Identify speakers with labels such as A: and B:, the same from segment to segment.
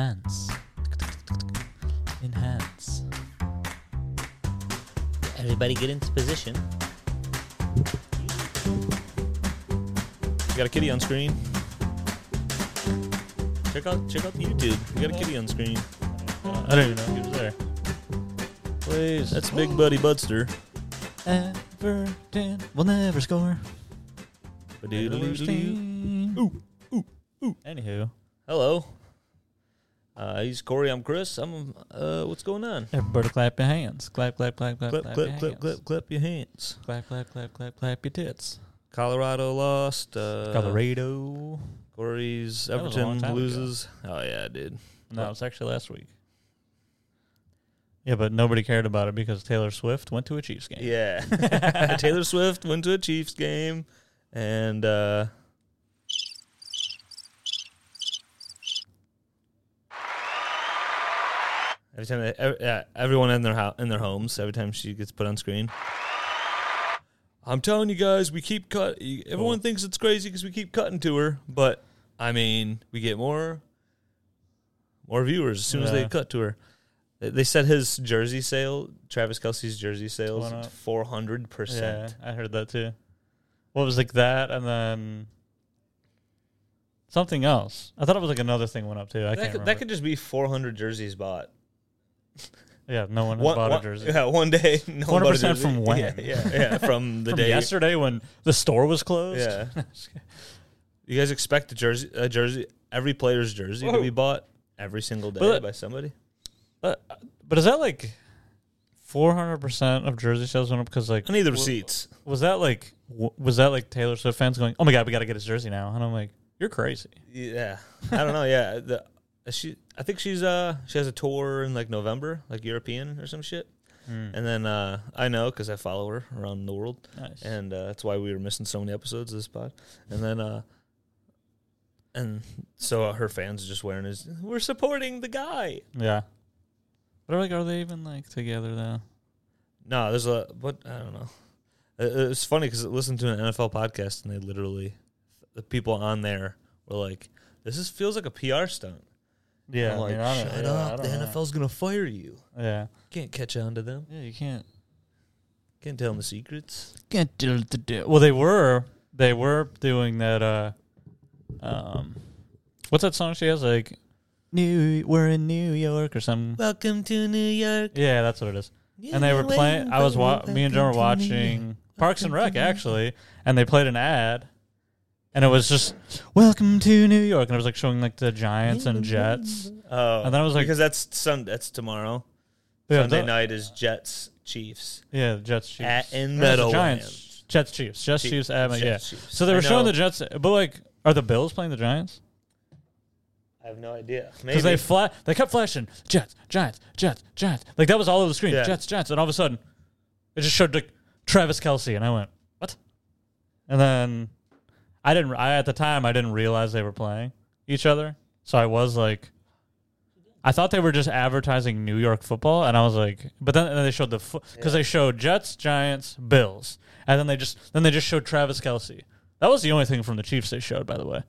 A: Enhance. Enhance. Everybody get into position.
B: We got a kitty on screen. Check out check out the YouTube. We got a kitty on screen. I don't even know if he was there.
A: Please.
B: That's Big Buddy Budster.
A: Everton will never score.
B: Ba-do-do-do-do.
A: Ooh, ooh, ooh. Anywho,
B: Hello. Uh, he's Corey. I'm Chris. I'm. Uh, what's going on?
A: everybody clap your hands. Clap, clap, clap, clap,
B: Clip,
A: clap,
B: clip,
A: your
B: clip,
A: hands.
B: clip, clip your hands.
A: Clap, clap, clap, clap, clap your tits.
B: Colorado lost. Uh,
A: Colorado.
B: Corey's
A: That was a long
B: Everton
A: time ago.
B: loses. Oh yeah, dude.
A: No, it was actually last week. Yeah, but nobody cared about it because Taylor Swift went to a Chiefs game.
B: Yeah. Taylor Swift went to a Chiefs game, and uh, every time they, ev yeah, everyone in their house, in their homes, every time she gets put on screen. I'm telling you guys, we keep cut. y- Everyone
A: Oh.
B: thinks it's crazy because we keep cutting to her, but I mean, we get more, more viewers as soon as they
A: Yeah.
B: cut to her. They- They said his jersey sale, Travis Kelsey's jersey
A: Went
B: sales,
A: up.
B: four hundred percent.
A: I heard that too. What was like that, and then something else. I thought it was like another thing went up too. I
B: That
A: can't
B: could,
A: remember.
B: that could just be four hundred jerseys bought.
A: yeah, no one had
B: One-
A: bought
B: one-
A: a jersey.
B: Yeah, one day. No one bought a
A: 100%
B: jersey.
A: from when?
B: Yeah, yeah, yeah, from the
A: From
B: day.
A: yesterday when the store was closed.
B: Yeah. you guys expect a jersey, a jersey, every player's jersey to
A: Whoa.
B: be bought every single day
A: But-
B: by somebody.
A: But, but is that like four hundred percent of jersey sales went up because like
B: I need the
A: wa-
B: receipts.
A: was that like w- was that like Taylor Swift fans going, oh my god, we got to get his jersey now, and I'm like, you're crazy.
B: Yeah, I don't know. Yeah, the, she. I think she's uh she has a tour in like November, like European or some shit. And then uh, I know because I follow her around the world.
A: Nice.
B: and uh, that's why we were missing so many episodes of this pod. And then, uh, and so uh, her fans just wearing his. We're supporting the guy.
A: yeah. But like, are they even like together though?
B: No, there's a but I don't know. It, it was funny because I listened to an NFL podcast and they literally the people on there were like, "This is feels like a PR stunt."
A: Yeah,
B: I'm like, shut up! The NFL's gonna fire you.
A: Yeah,
B: Can't catch on to them.
A: yeah, you can't.
B: Can't tell them the secrets.
A: Can't do the do. Well, they were they were doing that. uh Um, what's that song she has? Like, New we're in New York or some.
B: Welcome to New York.
A: Yeah, that's what it is. And they were playing. I was wa- me and John were watching Parks and Rec actually, and they played an ad, and it was just "Welcome to New York," and it was like showing like the Giants and Jets.
B: Oh,
A: And then I was like-
B: because that's Sun. That's tomorrow.
A: Yeah,
B: Sunday
A: the-
B: night is Jets Chiefs
A: Yeah, the Jets Chiefs.
B: at in
A: Or no, it's the
B: Meadowlands.
A: Giants. Jets Chiefs. Jets
B: Chiefs,
A: Chiefs. at Met- yeah.
B: Jets, Chiefs.
A: So they
B: I
A: were showing the
B: know.
A: Jets, but like, are the Bills playing the Giants?
B: I have no idea. Maybe
A: Because they fla- they kept flashing Jets, Giants, Jets, Giants. Like that was all over the screen.
B: Yeah.
A: Jets, Giants, and all of a sudden, it just showed like Travis Kelsey, and I went, "What?" And then I didn't. I at the time I didn't realize they were playing each other, so I was like. I thought they were just advertising New York football, and I was like, but then, and then they showed the because they showed Jets, Giants, Bills, and then they just then they just showed Travis Kelsey. That was the only thing from the Chiefs they showed, by the way.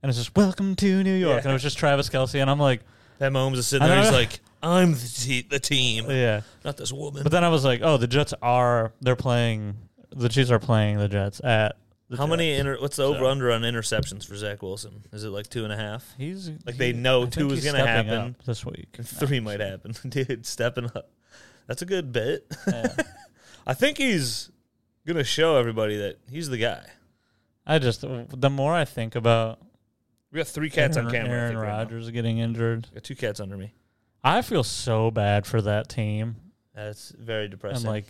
A: And it's just welcome to New York,
B: Yeah.
A: and it was just Travis Kelsey, and I'm like,
B: that Mahomes is sitting
A: I
B: there. He's
A: don't know.
B: like, "I'm the, te- the team,
A: yeah.
B: not this woman."
A: But then I was like, oh, the Jets are they're playing the Chiefs are playing the Jets at the
B: How
A: Jets.
B: many? Inter- what's the over under on interceptions for Zach Wilson? Is it like two and a half?
A: He's
B: Like, they know
A: I
B: two
A: think
B: is
A: he's
B: gonna
A: stepping
B: happen.
A: up this week.
B: Three might happen, dude. Stepping up. That's a good bet.
A: Yeah.
B: I think he's gonna show everybody that he's the guy.
A: I just the more I think about
B: We got three cats
A: Aaron,
B: on camera. I
A: Aaron
B: think, right now.
A: Rodgers getting injured,
B: I got two cats under me.
A: I feel so bad for that team.
B: That's very depressing.
A: And like,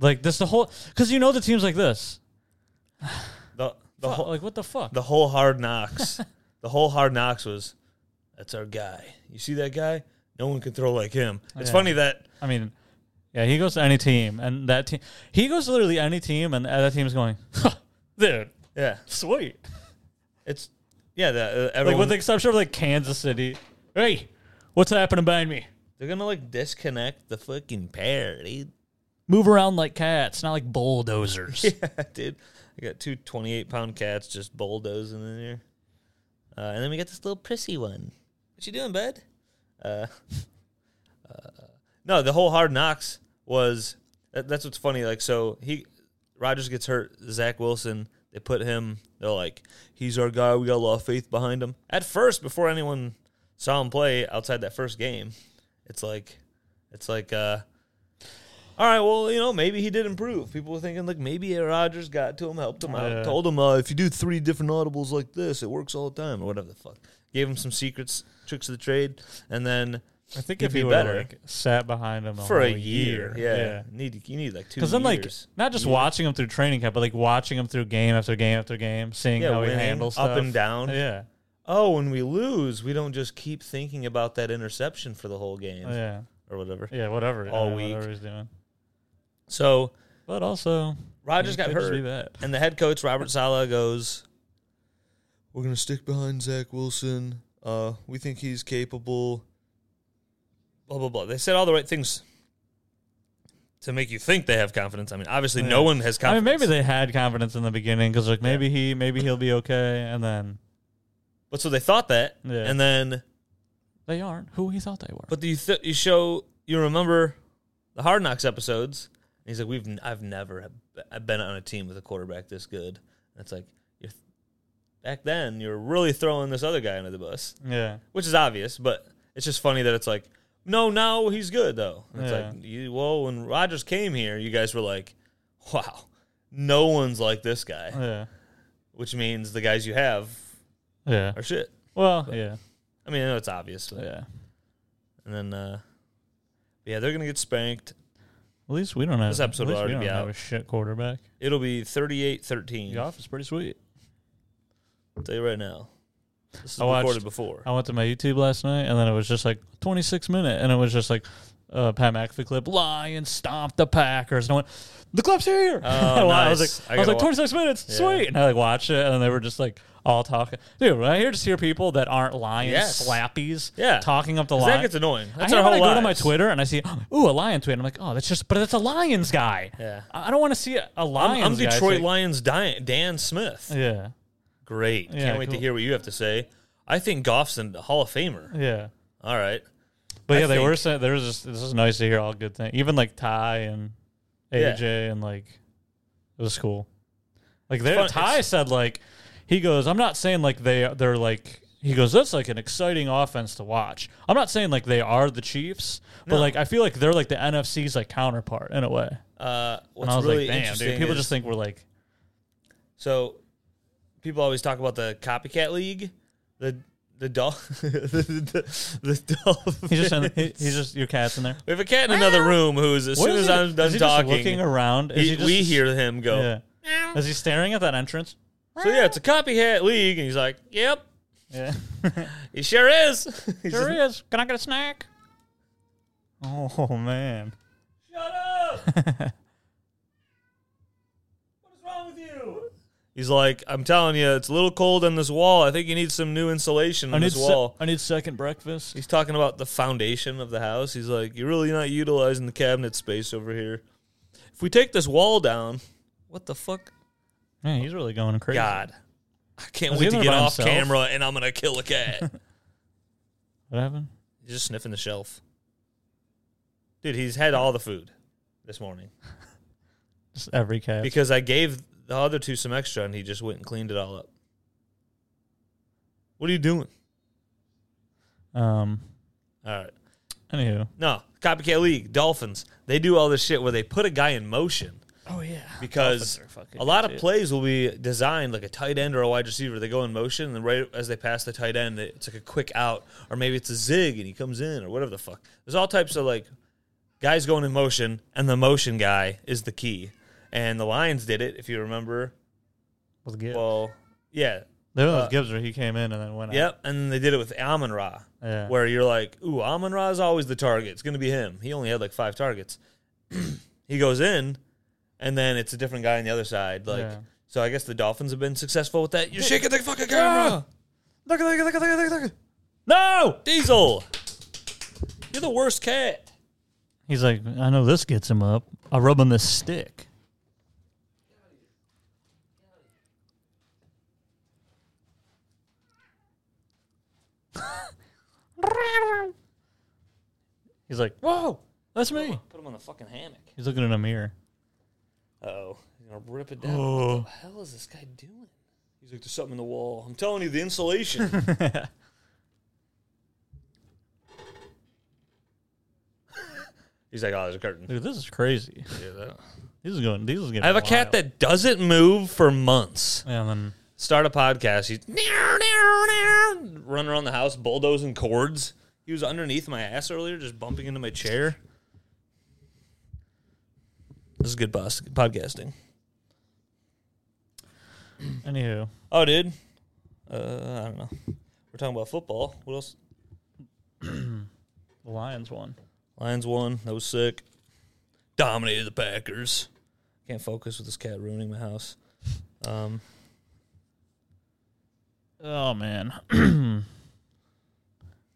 A: like this the whole because you know the teams like this.
B: the the
A: Fuck,
B: whole
A: like what the fuck?
B: the whole hard knocks the whole hard knocks was that's our guy you see that guy no one can throw like him it's
A: Yeah.
B: funny that
A: I mean, yeah, he goes to any team, and that team he goes to literally any team, and that team's going, dude,
B: yeah
A: sweet.
B: it's yeah the, uh,
A: Like
B: everyone,
A: with the exception of like Kansas City. Hey, what's happening behind me?
B: they're gonna like disconnect the fucking pair dude
A: Move around like cats, not like bulldozers.
B: yeah dude i got two 28 pound cats just bulldozing in here uh, and then we got this little prissy one What you doing, bud? Uh, uh, no, the whole hard knocks was that, that's what's funny. Like, so he Rogers gets hurt. Zach Wilson. They put him. They're like, he's our guy. We got a lot of faith behind him. At first, before anyone saw him play outside that first game, it's like, it's like, uh, all right, well, you know, maybe he did improve. People were thinking like maybe Aaron Rodgers got to him, helped him out,
A: Yeah.
B: told him uh, if you do three different audibles like this, it works all the time or whatever the fuck. Gave him some secrets, tricks of the trade, and then
A: I think
B: He'd
A: if he
B: be
A: would have
B: better.
A: like, sat behind him a
B: for a
A: whole
B: year, yeah,
A: yeah.
B: need you need like two.
A: Because then, like,
B: years.
A: not just watching him through training camp, but like watching him through game after game after game, seeing
B: Yeah,
A: how he
B: winning,
A: handles
B: up and
A: stuff.
B: down.
A: Yeah,
B: oh, when we lose, we don't just keep thinking about that interception for the whole game
A: Oh, yeah,
B: or whatever.
A: yeah. Whatever.
B: All
A: yeah,
B: week.
A: whatever he's doing.
B: So
A: But also,
B: Rodgers
A: it
B: got
A: could just
B: hurt.
A: be that.
B: And the head coach, Robert Sala, goes, We're going to stick behind Zach Wilson. Uh, we think he's capable. Blah, blah, blah. They said all the right things to make you think they have confidence. I mean, obviously, no
A: Yeah.
B: one has
A: I
B: confidence.
A: mean, maybe they had confidence in the beginning because like maybe he, maybe he'll be okay, and then
B: But so they thought that.
A: Yeah.
B: And then,
A: they aren't who he thought they were.
B: but you, th- you show, you remember the Hard Knocks episodes. And he's like, We've, n- I've never have- I've been on a team with a quarterback this good. And it's like, you're, back then, you're really throwing this other guy under the bus.
A: yeah,
B: which is obvious, but it's just funny that it's like, no, now he's good though. And It's
A: Yeah.
B: like, you, whoa, when Rogers came here, you guys were like, wow, no one's like this guy,
A: yeah,
B: which means the guys you have
A: yeah.
B: are shit.
A: Well, yeah,
B: I mean, I know it's obvious, but,
A: yeah.
B: and then uh, yeah, they're gonna get spanked.
A: At least we don't have
B: This episode
A: at least
B: will
A: we
B: already
A: don't
B: be
A: have
B: out.
A: a shit quarterback.
B: It'll be 38-13.
A: Goff is pretty sweet.
B: I'll tell you right now, this is
A: I watched-
B: recorded before.
A: I went to my YouTube last night, and then it was just like 26 minute, and it was just like uh, Pat McAfee clip, Lions stomp the Packers, and I went, the clip's here.
B: Oh,
A: I was
B: nice.
A: like,
B: I
A: I, was like
B: gotta wa-
A: 26 minutes,
B: Yeah.
A: sweet, and I like watched it, and then they were just like all talking, dude. When I hear just hear people that aren't Lions
B: Yes.
A: slappies,
B: Yeah.
A: talking up the
B: that
A: line.
B: gets annoying.
A: I
B: That's
A: hate
B: our
A: when I
B: whole
A: go to my
B: lives.
A: Twitter and I see, ooh, a Lion tweet. And I'm like, oh, that's just, but it's a Lions guy.
B: Yeah.
A: I I don't want to see a, a Lions.
B: I'm, I'm
A: guy. It's
B: Detroit
A: like-
B: Lions Dian- Dan Smith.
A: Yeah,
B: Great.
A: Yeah,
B: Can't wait to
A: cool.
B: hear what you have to say. I think Goff's in the Hall of Famer.
A: yeah.
B: All right.
A: But
B: I
A: yeah, they were
B: think-
A: saying there was just this is nice to hear all good things. Even like Ty and
B: Yeah.
A: AJ and like it was cool. Like there,
B: fun-
A: Ty
B: it's-
A: said like he goes, I'm not saying like they they're like he goes, that's like an exciting offense to watch. I'm not saying like they are the Chiefs, but
B: No.
A: like I feel like they're like the NFC's like counterpart in a way.
B: Uh, what's
A: And I was like,
B: really
A: damn,
B: interesting
A: dude, people
B: is-
A: just think we're like
B: so. People always talk about the copycat league. The the dol the, the, the dolphins.
A: he's just in, he, he's just your cat's in there.
B: we have a cat in another room who's as
A: What
B: soon
A: is
B: as
A: he-
B: I'm done
A: is he just
B: talking,
A: looking around, is
B: he-
A: he just,
B: we hear him go.
A: Yeah. Is he staring at that entrance?
B: So yeah, it's a copycat league, and he's like, "Yep,
A: Yeah.
B: he sure is."
A: There
B: He's just-
A: he is. Can I get a snack? Oh man.
B: Shut up! what is wrong with you? He's like, I'm telling you, it's a little cold on this wall. I think you need some new insulation
A: I
B: on
A: need
B: this wall.
A: I need second breakfast.
B: He's talking about the foundation of the house. He's like, You're really not utilizing the cabinet space over here. If we take this wall down, what the fuck?
A: Man, he's really going crazy.
B: God. I can't
A: Was he
B: wait
A: in there
B: to get
A: by
B: off
A: himself?
B: camera and I'm going to kill a cat.
A: What happened?
B: He's just sniffing the shelf. Dude, he's had all the food this morning.
A: Just every cat.
B: Because I gave the other two some extra and he just went and cleaned it all up. What are you doing?
A: um.
B: All right.
A: Anywho.
B: No, Copycat League, Dolphins. They do all this shit where they put a guy in motion
A: Oh yeah.
B: because a lot of plays will be designed like a tight end or a wide receiver. They go in motion and right as they pass the tight end, it's like a quick out or maybe it's a zig and he comes in or whatever the fuck. There's all types of like guys going in motion and the motion guy is the key. And the Lions did it, if you remember.
A: With Gibbs.
B: Well, yeah,
A: there was
B: uh,
A: Gibbs where he came in and then went out.
B: Yep, and they did it with Amon Ra,
A: Yeah.
B: where you're like, ooh, Amon Ra is always the target. It's going to be him. He only had like five targets. he goes in, and then it's a different guy on the other side. Like,
A: Yeah.
B: so I guess the Dolphins have been successful with that. You're shaking the fucking camera,
A: Look at look at look at look at look. No.
B: Diesel. Oh! You're the worst cat.
A: He's like, I know this gets him up. I rub him this stick. He's like, whoa, that's me.
B: Put him on the fucking hammock.
A: He's looking in a mirror.
B: Oh, he's gonna rip it down.
A: Oh.
B: What the hell is this guy doing? He's like, there's something in the wall. I'm telling you, the insulation. he's like, oh, there's a curtain.
A: Dude, this is crazy. This is going. This is getting.
B: I have a
A: wild.
B: cat that doesn't move for months.
A: Yeah, and then
B: Start a podcast. He's "Meow, meow, meow," running around the house, bulldozing cords. He was underneath my ass earlier, just bumping into my chair. This is good boss podcasting.
A: anywho,
B: Oh, dude. Uh, I don't know. We're talking about football. What else?
A: the Lions won.
B: Lions won. That was sick. Dominated the Packers. Can't focus with this cat ruining my house. Um,
A: Oh man,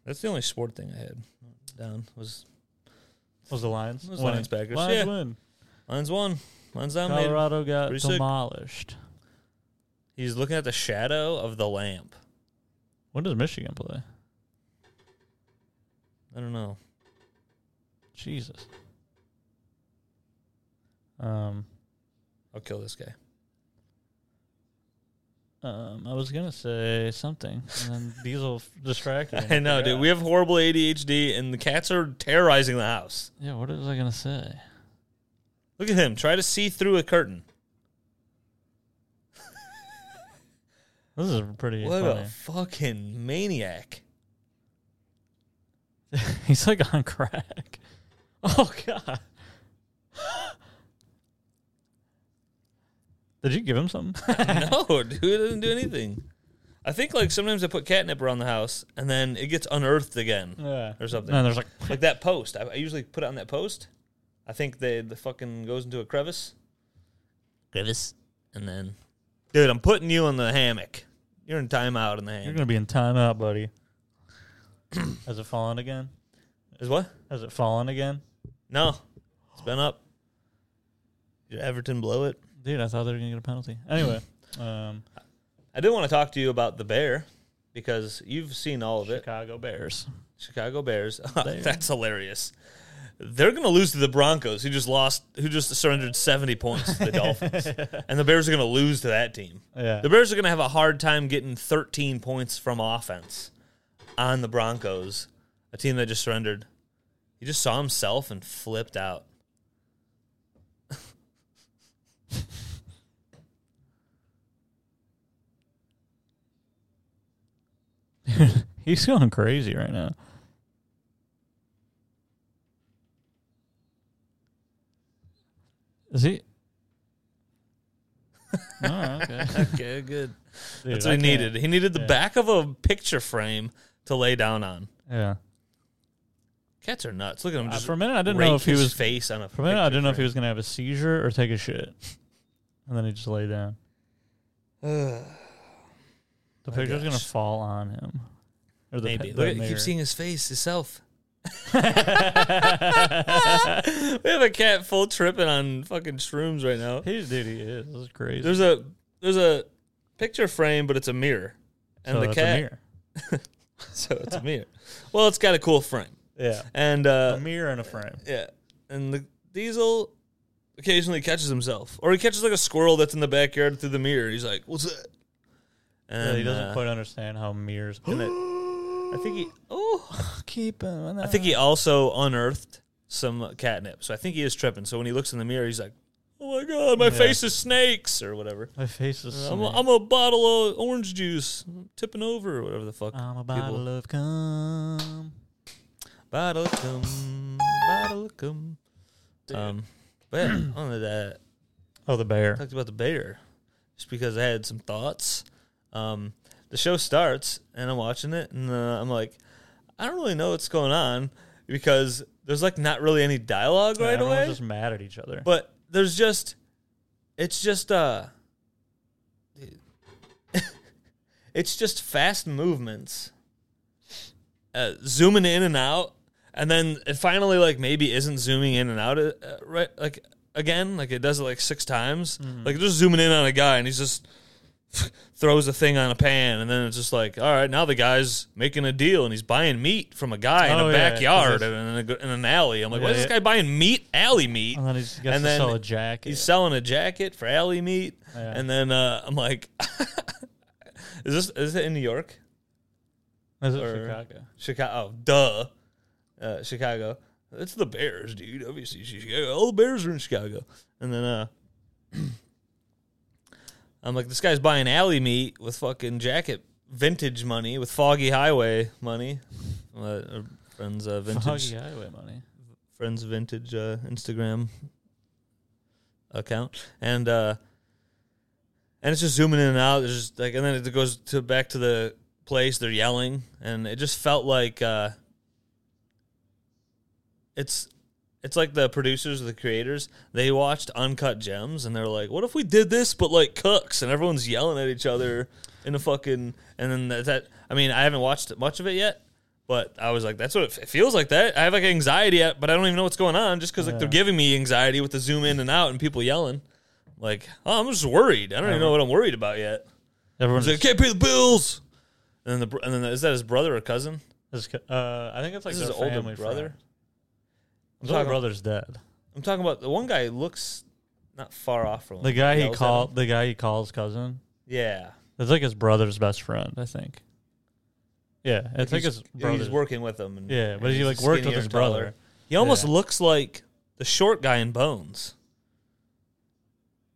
B: that's the only sport thing I had down was
A: was the Lions
B: It was
A: winning.
B: Lions Packers,
A: Lions
B: yeah.
A: win.
B: Lions won. Lions dominated.
A: Colorado got
B: Pretty sick.
A: demolished.
B: He's looking at the shadow of the lamp.
A: When does Michigan play?
B: I don't know.
A: Jesus. Um,
B: I'll kill this guy.
A: um, I was gonna say something, and then Diesel f- distracted. me.
B: I know, dude. We have horrible ADHD, and the cats are terrorizing the house.
A: yeah, what was I gonna say?
B: Look at him. Try to see through a curtain.
A: This is pretty
B: What
A: funny.
B: a fucking maniac.
A: He's like on crack. Oh god. Did you give him something?
B: no, dude, it doesn't do anything. I think like sometimes I put catnip around the house and then it gets unearthed again
A: yeah.
B: or something.
A: And there's like
B: Like that post, I, I usually put it on that post. I think they the fucking goes into a crevice, crevice, and then, dude, I'm putting you in the hammock. You're in timeout in the
A: you're
B: hammock.
A: gonna be in timeout, buddy. Has it fallen again?
B: Is what?
A: Has it fallen again?
B: No, it's been up. Did Everton blow it?
A: Dude, I thought they were gonna get a penalty. Anyway, um,
B: I did want to talk to you about the bear because you've seen all of it.
A: Chicago Bears.
B: Chicago Bears. That's hilarious. They're going to lose to the Broncos, who just lost, who just surrendered seventy points to the Dolphins, and the Bears are going to lose to that team.
A: Yeah.
B: The Bears are going to have a hard time getting thirteen points from offense on the Broncos, a team that just surrendered. He just saw himself and flipped out.
A: He's going crazy right now. Is he? oh, okay.
B: Okay, good.
A: Dude,
B: That's
A: I can't-
B: what he needed. He needed the
A: Yeah.
B: back of a picture frame to lay down on.
A: Yeah.
B: Cats are nuts. Look at him
A: Uh,
B: just
A: for a minute, I didn't know
B: rake
A: if he
B: his
A: was.
B: face on a.
A: For a minute, I
B: picture
A: didn't know if he
B: frame.
A: was gonna have a seizure or take a shit, and then he just lay down. the picture's gonna
B: gosh.
A: fall on him. Or the
B: Maybe.
A: pi- the
B: Look, I
A: mirror.
B: keep seeing his face, himself. we have a cat full tripping on fucking shrooms right now.
A: He's dude, he is. This is crazy.
B: There's a there's a picture frame, but it's a mirror, and
A: So
B: the
A: that's a
B: cat.
A: mirror.
B: so it's a mirror. Well, it's got a cool frame,
A: Yeah,
B: and uh,
A: a mirror in a frame.
B: yeah, and the diesel occasionally catches himself, or he catches like a squirrel that's in the backyard through the mirror. He's like, "What's that?" And
A: Yeah, he doesn't
B: uh,
A: quite understand how mirrors.
B: and it- I think he. Oh.
A: Keep him.
B: I think he also unearthed some catnip. So I think he is tripping. So when he looks in the mirror, he's like, "Oh my god, my
A: Yeah.
B: face is snakes or whatever.
A: my face is.
B: I'm a,
A: snake.
B: I'm a bottle of orange juice I'm tipping over or whatever the fuck.
A: I'm a
B: people-
A: bottle of cum.
B: bottle of cum, bottle of cum. Um, but yeah, on to that,
A: Oh, the bear.
B: talked about the bear, just because I had some thoughts. Um, the show starts and I'm watching it and uh, I'm like, I don't really know what's going on because there's like not really any dialogue right
A: Everyone's
B: away.
A: just mad at each other.
B: But there's just, it's just uh, it's just fast movements, uh, zooming in and out, and then it finally like maybe isn't zooming in and out uh, uh,
A: Mm-hmm.
B: right like again like it does it like six times like just zooming in on a guy and he's just throws a thing on a pan, and then it's just like, all right, now the guy's making a deal and he's buying meat from a guy in
A: Oh,
B: a
A: yeah,
B: backyard
A: 'cause it's-
B: and in, a, in an alley. I'm like,
A: Yeah,
B: why is this
A: yeah.
B: guy buying meat, alley meat?
A: And then he's gets to
B: And then
A: sell a jacket.
B: He's selling a jacket for alley meat,
A: Yeah.
B: and then uh, I'm like, is this is it in New York?
A: Is it
B: or-
A: Chicago?
B: Chicago. Duh. Uh, Chicago. It's the Bears, dude. Obviously, it's Chicago. All the Bears are in Chicago. And then uh, I'm like, this guy's buying alley meat with fucking jacket vintage money, with Foggy Highway money. Uh, our friends, uh, vintage,
A: Foggy highway money.
B: friends, vintage uh, Instagram account, and uh, and it's just zooming in and out. It's just like, and then it goes to back to the place. They're yelling, and it just felt like uh, it's it's like the producers, the creators. They watched Uncut Gems, and they're like, "What if we did this, but like cooks, and everyone's yelling at each other in a fucking." And then that, that I mean, I haven't watched much of it yet. But I was like, that's what it f- it feels like. That I have like anxiety, at, but I don't even know what's going on, just because like they're
A: Yeah.
B: giving me anxiety with the zoom in and out and people yelling. Like, oh, I'm just worried. I don't even know what I'm worried about yet.
A: Everyone's
B: He's like, I can't pay the bills. And then the br- and then the, is that his brother or cousin?
A: His co- Uh, I think it's like
B: This
A: their
B: is his older
A: family
B: brother?
A: friend.
B: I'm
A: His older
B: talking,
A: brother's dead.
B: I'm talking about the one guy looks not far off from him.
A: The guy he
B: yells at him.
A: called, the guy he calls cousin.
B: Yeah,
A: It's like his brother's best friend, I think. Yeah, I think his
B: yeah,
A: brother's.
B: he's working with him. And,
A: yeah, but
B: and
A: he
B: he's
A: like worked with
B: skinnier
A: his
B: and taller.
A: brother.
B: He almost
A: Yeah.
B: looks like the short guy in Bones.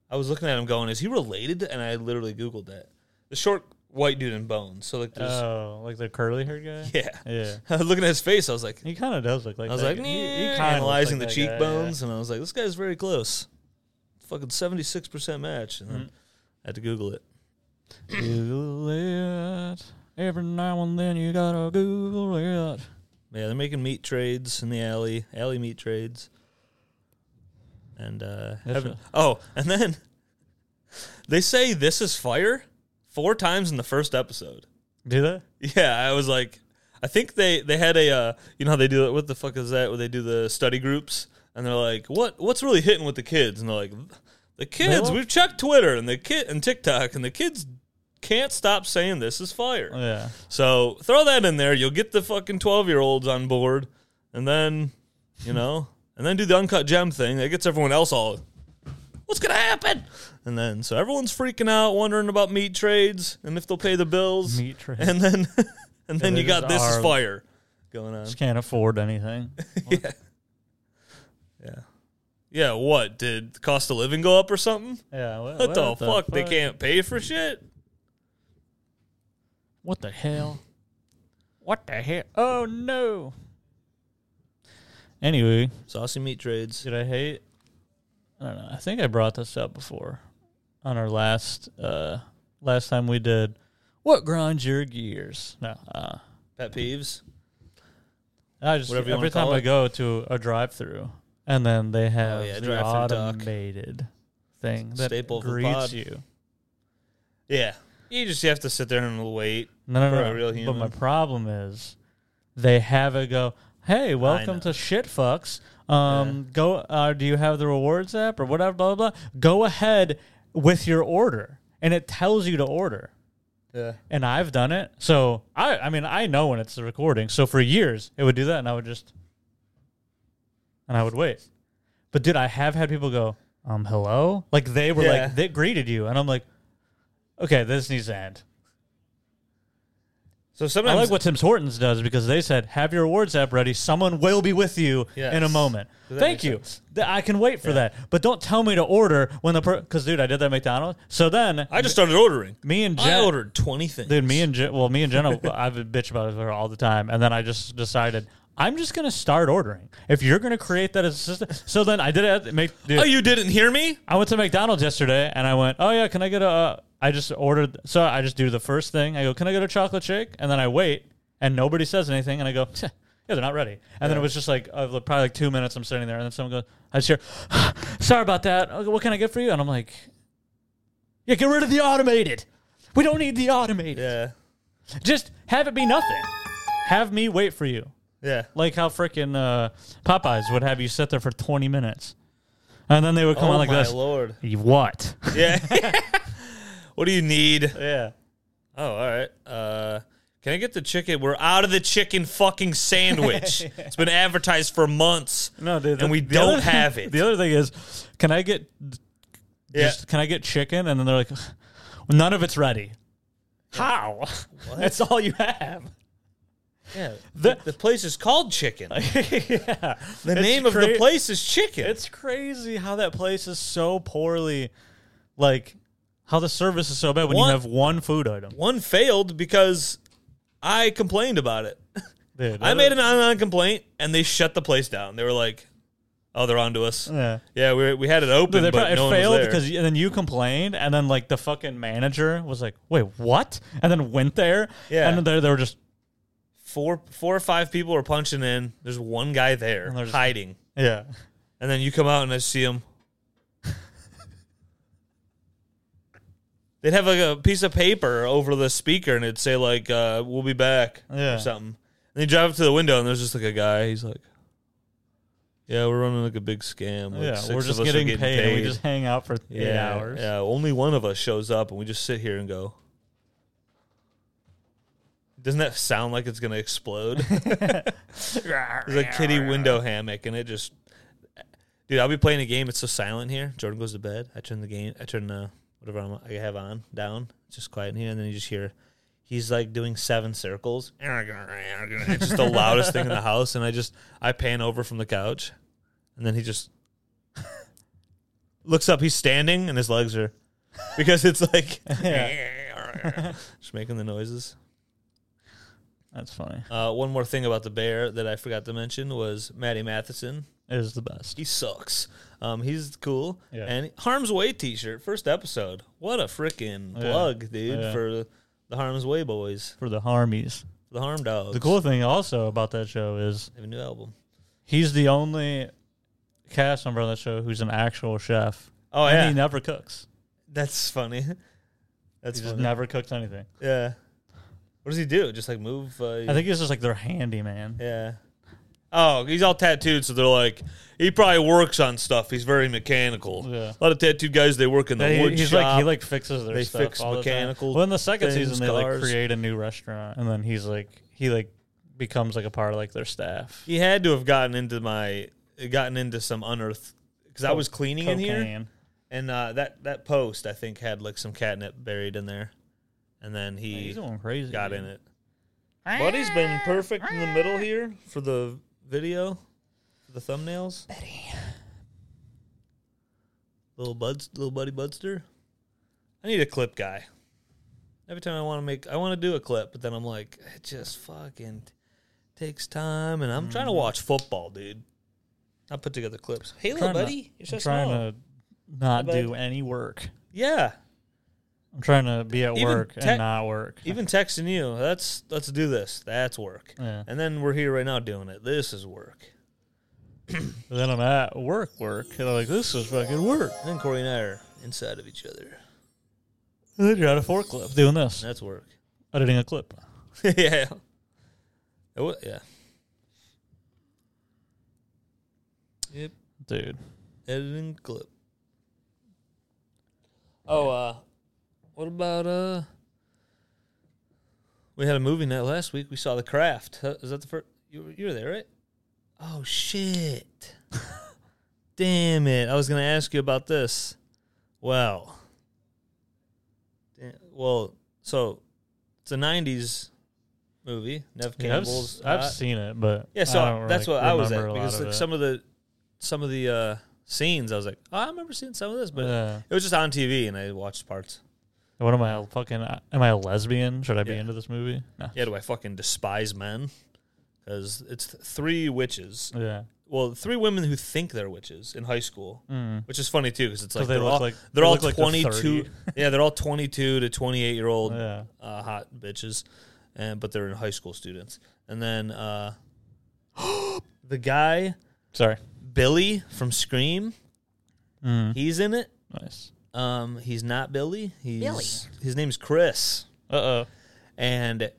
B: I was looking at him going, is he related? to-" And I literally Googled that. The short white dude in Bones. So, like, there's.
A: Oh, like the curly haired guy.
B: yeah.
A: Yeah,
B: looking at his face, I was like,
A: he kind of does look like.
B: I was
A: that
B: like,
A: guy.
B: "Nah,"
A: he, he kind of
B: analyzing the
A: like that guy, yeah.
B: cheekbones, and I was like, this guy's very close. Fucking 76% match. And then
A: Mhm.
B: I had to Google it.
A: Google it. Every now and then you gotta Google it.
B: Yeah, they're making meat trades in the alley, alley meat trades. And uh
A: That's
B: haven't-
A: a-
B: oh, and then they say this is fire four times in the first episode.
A: Do they?
B: Yeah, I was like I think they they had a uh, you know how they do it what the fuck is that where they do the study groups and they're like what what's really hitting with the kids and they're like the kids
A: love-
B: we've checked Twitter and the kid and TikTok and the kids can't stop saying this is fire.
A: Yeah.
B: So throw that in there. You'll get the fucking twelve year olds on board, and then you know, and then do the uncut gem thing. That gets everyone else all. What's gonna happen? And then so everyone's freaking out, wondering about meat trades and if they'll pay the bills.
A: Meat trade.
B: And then, and then
A: they
B: you got
A: just
B: this is
A: are-
B: fire going on.
A: Just can't afford anything.
B: Yeah. Yeah, what? Did the cost of living go up or something?
A: Yeah. wha-
B: What, the, fuck? They can't pay for shit?
A: What the hell? What the hell? Oh no. Anyway,
B: Saucy meat trades.
A: did I hate? I don't know. I think I brought this up before on our last uh last time we did what grinds your gears. No, uh,
B: Pet peeves.
A: I just
B: Whatever you wanna
A: every time
B: call
A: I
B: it. Oh,
A: go to a drive-through and then they have
B: yeah,
A: the
B: drive-thru duck.
A: automated thing that
B: Staple of the pod.
A: greets you.
B: Yeah. You just have to sit there and wait.
A: No,
B: For
A: no,
B: a
A: no.
B: real
A: But my
B: human.
A: problem is, they have it go. Hey, welcome to Shit Fucks. Um, go. Uh, do you have the rewards app or whatever? Blah blah. blah. Go ahead with your order, and it tells you to order.
B: Yeah.
A: And I've done it, so I. I mean, I know when it's the recording. So for years, it would do that, and I would just, and I would wait. But dude, I have had people go, um, hello, like they were
B: Yeah.
A: like they greeted you, and I'm like, okay, this needs to end.
B: So
A: I
B: sometimes
A: like what Tim Hortons does because they said, "Have your awards app ready. Someone will be with you
B: Yes.
A: in a moment."
B: Does that
A: Thank
B: make
A: you. Th- I can wait for that, but don't tell me to order when the because, dude, I did that at McDonald's. So then,
B: I just started ordering.
A: me and
B: I
A: Jen,
B: ordered twenty things.
A: dude, me and Jen, well, me and Jenna, I've been bitch about her all the time, and then I just decided. I'm just gonna start ordering. If you're gonna create that as a system, so then I did it. At, make, dude,
B: oh, you didn't hear me?
A: I went to McDonald's yesterday and I went, oh yeah, can I get a? Uh, I just ordered, so I just do the first thing. I go, can I get a chocolate shake? And then I wait, and nobody says anything, and I go, "Tch, yeah, they're not ready. And then it was just like uh, probably like two minutes. I'm sitting there, and then someone goes, I just hear, sorry about that. Okay, What can I get for you? And I'm like, yeah, get rid of the automated. We don't need the automated.
B: Yeah.
A: Just have it be nothing. Have me wait for you
B: Yeah.
A: like how freaking uh, Popeyes would have you sit there for 20 minutes, and then they would come
B: oh
A: on like
B: my
A: this.
B: lord.
A: "You What?
B: Yeah. What do you need?
A: Yeah.
B: Oh, all right. Uh, can I get the chicken? We're out of the chicken fucking sandwich. It's been advertised for months.
A: No, dude.
B: And we
A: the
B: don't
A: other-
B: have it.
A: The other thing is, can I get
B: Yeah.
A: just can I get chicken? And then they're like, none of it's ready. How? That's all you have.
B: Yeah. The,
A: The-
B: place is called Chicken.
A: yeah.
B: The name of the place is Chicken.
A: It's crazy how that place is so poorly, like how the service is so bad when
B: One-
A: you have one food item.
B: One failed because I complained about it.
A: Dude,
B: I made an online complaint and they shut the place down. They were like, oh, they're onto us.
A: Yeah.
B: Yeah, we, we had it
A: Dude,
B: open,
A: they probably,
B: but no
A: it failed
B: one was there.
A: because and then you complained, and then like the fucking manager was like, "Wait, what?" And then went there,
B: Yeah.
A: and then they, they were just
B: four, four or five people are punching in. There's one guy there
A: And they're just-
B: hiding.
A: yeah.
B: And then you come out and I see him. They'd have like a piece of paper over the speaker and it'd say like, uh, "We'll be back"
A: Yeah.
B: or something. And you drive up to the window and there's just like a guy. He's like, "Yeah, we're running like a big scam. Like
A: yeah,
B: six
A: we're
B: of
A: just
B: us are
A: getting, paid. and We just hang out for
B: yeah,
A: eight hours.
B: Yeah, only one of us shows up and we just sit here and go." Doesn't that sound like it's gonna explode? There's a kitty window hammock, and it just, dude, I'll be playing a game. It's so silent here. Jordan goes to bed. I turn the game. I turn the whatever I'm, I have on down. It's just quiet in here, and then you just hear, he's like doing seven circles. It's just the loudest thing in the house, and I just I pan over from the couch, and then he just looks up. He's standing, and his legs are because it's like just making the noises.
A: That's funny.
B: Uh, one more thing about the bear that I forgot to mention was Maddie Matheson.
A: It is the best.
B: He sucks. Um, he's cool.
A: Yeah.
B: And Harm's Way T-shirt, first episode. What a freaking
A: Yeah.
B: plug, dude,
A: Yeah.
B: for the Harm's Way boys,
A: for the Harmies.
B: the Harm Dogs.
A: The cool thing also about that show is
B: They have a new album.
A: he's the only cast member on that show who's an actual chef.
B: Oh
A: and
B: yeah,
A: he never cooks.
B: that's funny. That's
A: He just
B: funny.
A: never cooks anything.
B: yeah. What does he do? Just like move. Uh,
A: I think he's just like their handyman.
B: Yeah. Oh, he's all tattooed, so they're like, he probably works on stuff. He's very mechanical.
A: Yeah.
B: A lot of tattooed guys, they work in the
A: They-
B: wood
A: he's
B: shop.
A: like he like fixes their
B: They
A: stuff.
B: fix
A: all the time.
B: mechanical
A: Well, in the second
B: things,
A: season, they
B: cars.
A: like create a new restaurant, and then he's like he like becomes like a part of like their staff.
B: he had to have gotten into my gotten into some unearthed because I was cleaning in here
A: Cocaine.
B: and uh, that that post I think had like some catnip buried in there, and then he
A: He's going crazy.
B: got
A: dude.
B: in it. Buddy's been perfect in the middle here for the video, for the thumbnails. Buddy, little buds, little buddy Budster. I need a clip guy. Every time I want to make, I want to do a clip, but then I'm like, it just fucking takes time, and I'm trying to watch football, dude. I put together clips. Hey, little
A: trying to-
B: buddy, you're so
A: I'm trying
B: small.
A: to not
B: Hey, bud.
A: do any work.
B: yeah,
A: I'm trying to be at
B: Even
A: work
B: tech-
A: and not work.
B: even texting you. That's let's do this. That's work.
A: Yeah.
B: And then we're here right now doing it. This is work.
A: But then I'm at work, work, and I'm like, this is fucking work.
B: And then Corey and I are inside of each other.
A: And then you're at a forklift doing this,
B: That's work.
A: editing a clip.
B: yeah. It wa- yeah. Yep.
A: Dude.
B: Editing clip. Oh, uh, what about, uh, we had a movie night last week. We saw The Craft. Huh, Is that the first? You were, you were there, right? Oh, shit. Damn it. I was going to ask you about this. Well, da- well, so it's a 90s movie. Nev
A: Yeah, I've,
B: Campbell's.
A: s- I've
B: uh,
A: seen it, but
B: yeah, so
A: I don't
B: that's
A: really
B: what I was at
A: remember a lot
B: because
A: of
B: like
A: it.
B: some of the some of the uh, scenes I was like, oh, I remember seeing some of this, but
A: Yeah.
B: it was just on TV and I watched parts.
A: what am I a fucking? Am I a lesbian? Should I be
B: Yeah.
A: into this movie? No.
B: Yeah, do I fucking despise men? Because it's th- three witches.
A: Yeah.
B: Well, three women who think they're witches in high school,
A: Mm.
B: which is funny too because it's like
A: 'Cause they
B: are
A: look
B: all
A: like- they
B: they're all
A: look like they're
B: twenty two.
A: 30.
B: yeah, they're all twenty two to twenty eight year old
A: Yeah.
B: uh, hot bitches, and but they're in high school students. And then uh, the guy
A: Sorry.
B: Billy from Scream,
A: Mm.
B: he's in it.
A: Nice.
B: Um, he's not Billy. He's his name's Chris,
A: Uh oh.
B: and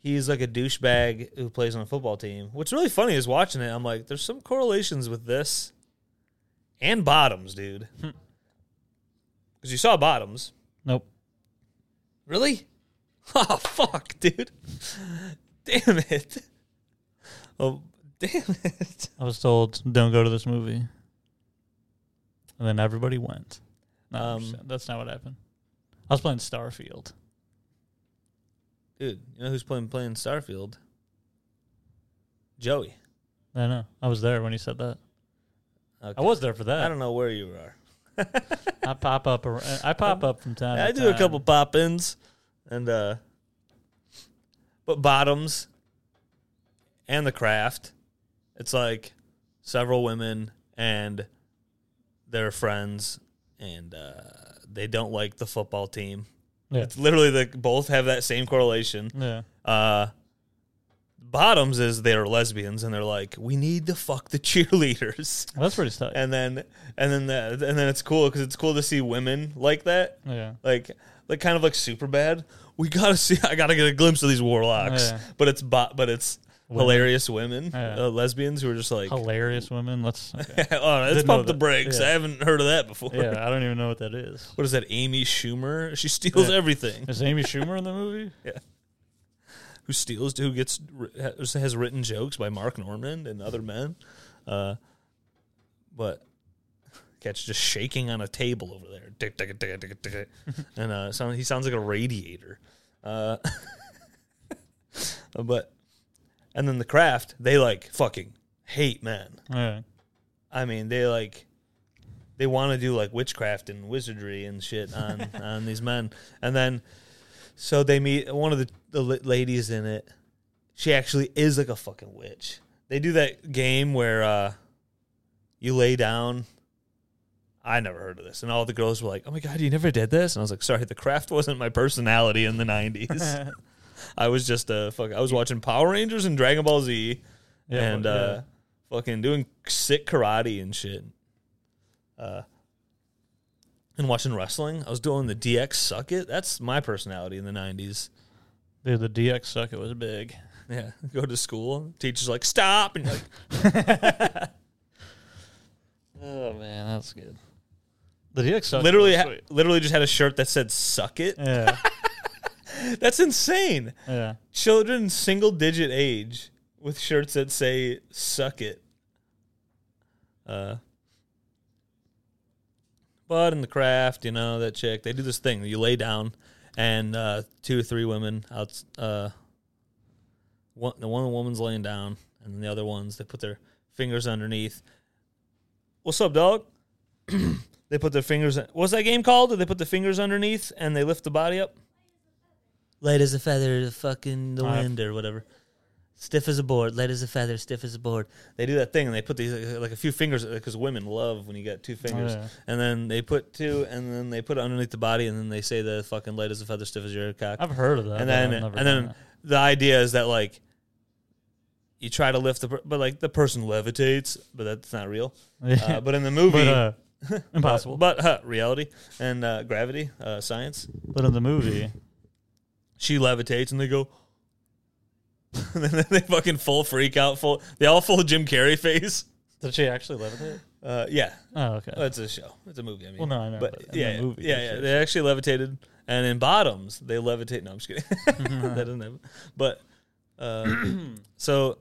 B: he's like a douchebag who plays on a football team. What's really funny is watching it. I'm like, there's some correlations with this and Bottoms, dude. Because you saw Bottoms,
A: Nope.
B: Really? Oh fuck, dude. Damn it. Oh damn it.
A: I was told, don't go to this movie. And then everybody went. No,
B: Um,
A: I'm just- that's not what happened. I was playing Starfield.
B: Dude, you know who's playing playing Starfield? Joey.
A: I know. I was there when you said that.
B: Okay.
A: I was there for
B: I
A: that.
B: don't know where you are.
A: I, pop up. ar- I pop up from time.
B: I
A: to
B: do a
A: time.
B: couple pop ins and uh but bottoms and the craft. It's like several women and their friends and uh they don't like the football team.
A: Yeah.
B: It's literally like both have that same correlation.
A: Yeah.
B: Uh Bottoms is they're lesbians and they're like, we need to fuck the cheerleaders,
A: Well, that's pretty stuck.
B: and then and then the, and then it's cool because it's cool to see women like that
A: Yeah.
B: like like kind of like super bad. We gotta see. I gotta get a glimpse of these warlocks,
A: Oh, Yeah.
B: but it's bot, but it's
A: Women.
B: hilarious women,
A: Yeah.
B: uh, lesbians who are just like, oh,
A: Hilarious women. Let's. Okay.
B: let's
A: Didn't know
B: pump the
A: that.
B: brakes.
A: Yeah.
B: I haven't heard of that before.
A: yeah. I don't even know what that is.
B: What is that? Amy Schumer. She steals
A: Yeah.
B: everything.
A: Is Amy Schumer in the movie?
B: Who steals? Who gets? Has written jokes by Mark Norman and other men. Uh, but cat's just shaking on a table over there. Tick, tick, tick, tick, tick. and uh, sound, he sounds like a radiator. Uh, but and then the craft, they like fucking hate men.
A: Yeah.
B: I mean, they like they want to do like witchcraft and wizardry and shit on on these men. And then so they meet one of the, the la- ladies in it. She actually is like a fucking witch. They do that game where uh you lay down. I never heard of this, and all the girls were like, "Oh my god, you never did this!" And I was like, "Sorry, the craft wasn't my personality in the '90s.
A: yeah.
B: I was just a fuck. I was watching Power Rangers and Dragon Ball Z." and
A: but-
B: uh, fucking doing sick karate and shit. Uh, and watching wrestling. I was doing the DX suck it. That's my personality in the '90s.
A: yeah. dude, the DX sucker was big.
B: Yeah, go to school. Teacher's like, stop, and you're like,
A: Oh man, that's good. The DX sucker.
B: literally,
A: was
B: ha-
A: sweet.
B: literally just had a shirt that said "suck it."
A: Yeah.
B: That's insane.
A: Yeah.
B: Children single digit age with shirts that say "suck it." Uh, but in the craft, you know that chick. They do this thing. You lay down, and uh, two or three women out. Uh, one the one woman's laying down, and then the other ones they put their fingers underneath. What's up, dog? they put their fingers. What's that game called? Did they put the fingers underneath and they lift the body up? Light as a feather, fucking the
A: I've-
B: wind or whatever. Stiff as a board, light as a feather, stiff as a board. They do that thing and they put these uh, like a few fingers because women love when you got two fingers.
A: Oh, Yeah.
B: And then they put two, and then they put it underneath the body, and then they say the fucking light as a feather, stiff as your cock.
A: I've heard of that.
B: and
A: but I've
B: then
A: never
B: and
A: done
B: then the idea is that like you try to lift the per- but like the person levitates, but that's not real.
A: it.
B: Uh, but in the movie,
A: But, uh, impossible.
B: But, huh, reality and uh, gravity, uh, science.
A: But in the movie,
B: She levitates, and they go. and then they fucking full freak out. Full, they all full Jim Carrey face.
A: did she actually levitate?
B: Uh, yeah,
A: Oh, okay.
B: Well, it's a show. It's a movie. I mean,
A: Well, no, I know,
B: But,
A: but in the
B: yeah,
A: movie,
B: yeah,
A: it's
B: yeah.
A: a
B: They actually levitated, and in bottoms they levitate. No, I'm just kidding.
A: Mm-hmm.
B: that doesn't happen. But uh, so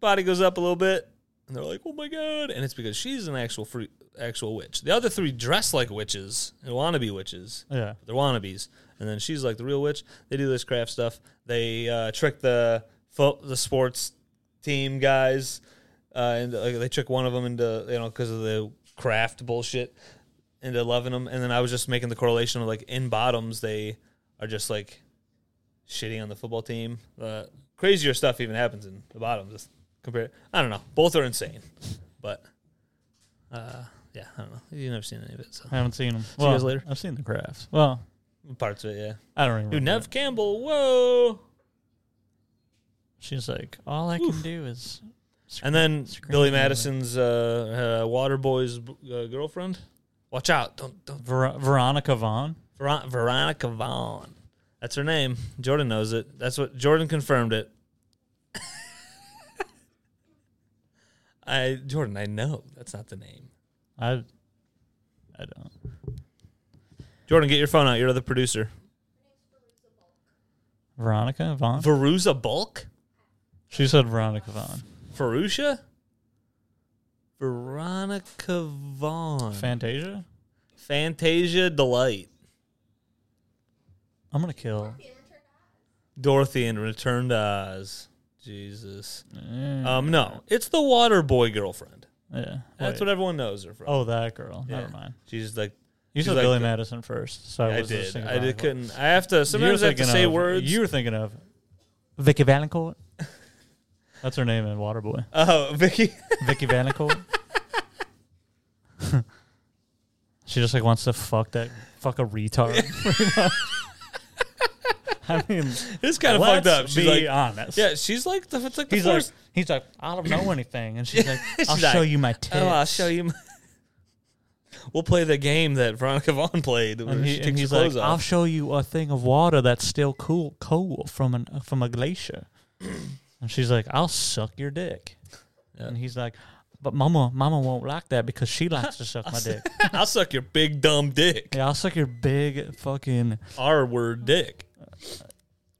B: body goes up a little bit, and they're like, "Oh my god!" And it's because she's an actual free, actual witch. The other three dress like witches and wanna be witches.
A: yeah.
B: They're wannabes, and then she's like the real witch. They do this craft stuff. They uh, trick the fo- the sports team guys, uh, and like, they trick one of them into you know because of the craft bullshit into loving them. And then I was just making the correlation of like in bottoms they are just like shitting on the football team. Uh, crazier stuff even happens in the bottoms. Compared, I don't know. Both are insane, but uh, yeah, I don't know. You've never seen any of it, so
A: I haven't seen them.
B: you guys later.
A: I've seen the crafts. Well,
B: parts of it, yeah.
A: I don't even.
B: Dude,
A: remember
B: Nev Campbell, whoa.
A: She's like, all I can do is.
B: And then
A: Scream
B: Billy
A: at me.
B: Madison's uh, uh, Waterboy's uh, girlfriend. Watch out. Don't, don't.
A: Ver- Veronica Vaughn.
B: Ver- Veronica Vaughn. That's her name. Jordan knows it. That's what Jordan confirmed it. I Jordan, I know that's not the name.
A: I. I don't.
B: Jordan, get your phone out. You're the producer.
A: Veronica Vaughn.
B: Veruza Bulk?
A: She said Veronica Vaughn.
B: Verusha? Veronica Vaughn.
A: Fantasia.
B: Fantasia Delight.
A: I'm gonna kill.
B: Dorothy in Returned Eyes. Jesus.
A: Mm,
B: Um, no, it's the water boy girlfriend.
A: yeah.
B: That's
A: Wait.
B: what everyone knows her from.
A: Oh, that girl.
B: Yeah.
A: Never mind.
B: She's like,
A: You
B: She's
A: said
B: like-
A: Billy Madison first, so I,
B: I
A: was just
B: did.
A: thinking
B: I did,
A: Veronica.
B: couldn't. I have to,
A: You were
B: sometimes I have to
A: thinking
B: say
A: of-
B: words.
A: You were thinking of Vicky Valancourt. That's her name in Waterboy.
B: oh, Vicky.
A: Vicky Valancourt. she just like wants to fuck that fuck a retard. I mean,
B: it's kind of
A: let's
B: fucked up. She's
A: be
B: like,
A: honest.
B: yeah, she's like the, it's like the
A: He's like,
B: force.
A: he's like, I don't know anything, and she's like, I'll
B: She's like,
A: show you my tits.
B: oh, I'll show you. My we'll play the game that Veronica Vaughn played. where
A: And,
B: she
A: he,
B: takes
A: and
B: her
A: he's like,
B: clothes
A: I'll
B: off.
A: show you a thing of water that's still cool, cool from an from a glacier. and she's like, I'll suck your dick.
B: Yeah.
A: And he's like, but mama, mama won't like that because she likes to suck my dick.
B: I'll suck your big dumb dick.
A: yeah, I'll suck your big fucking.
B: R word dick.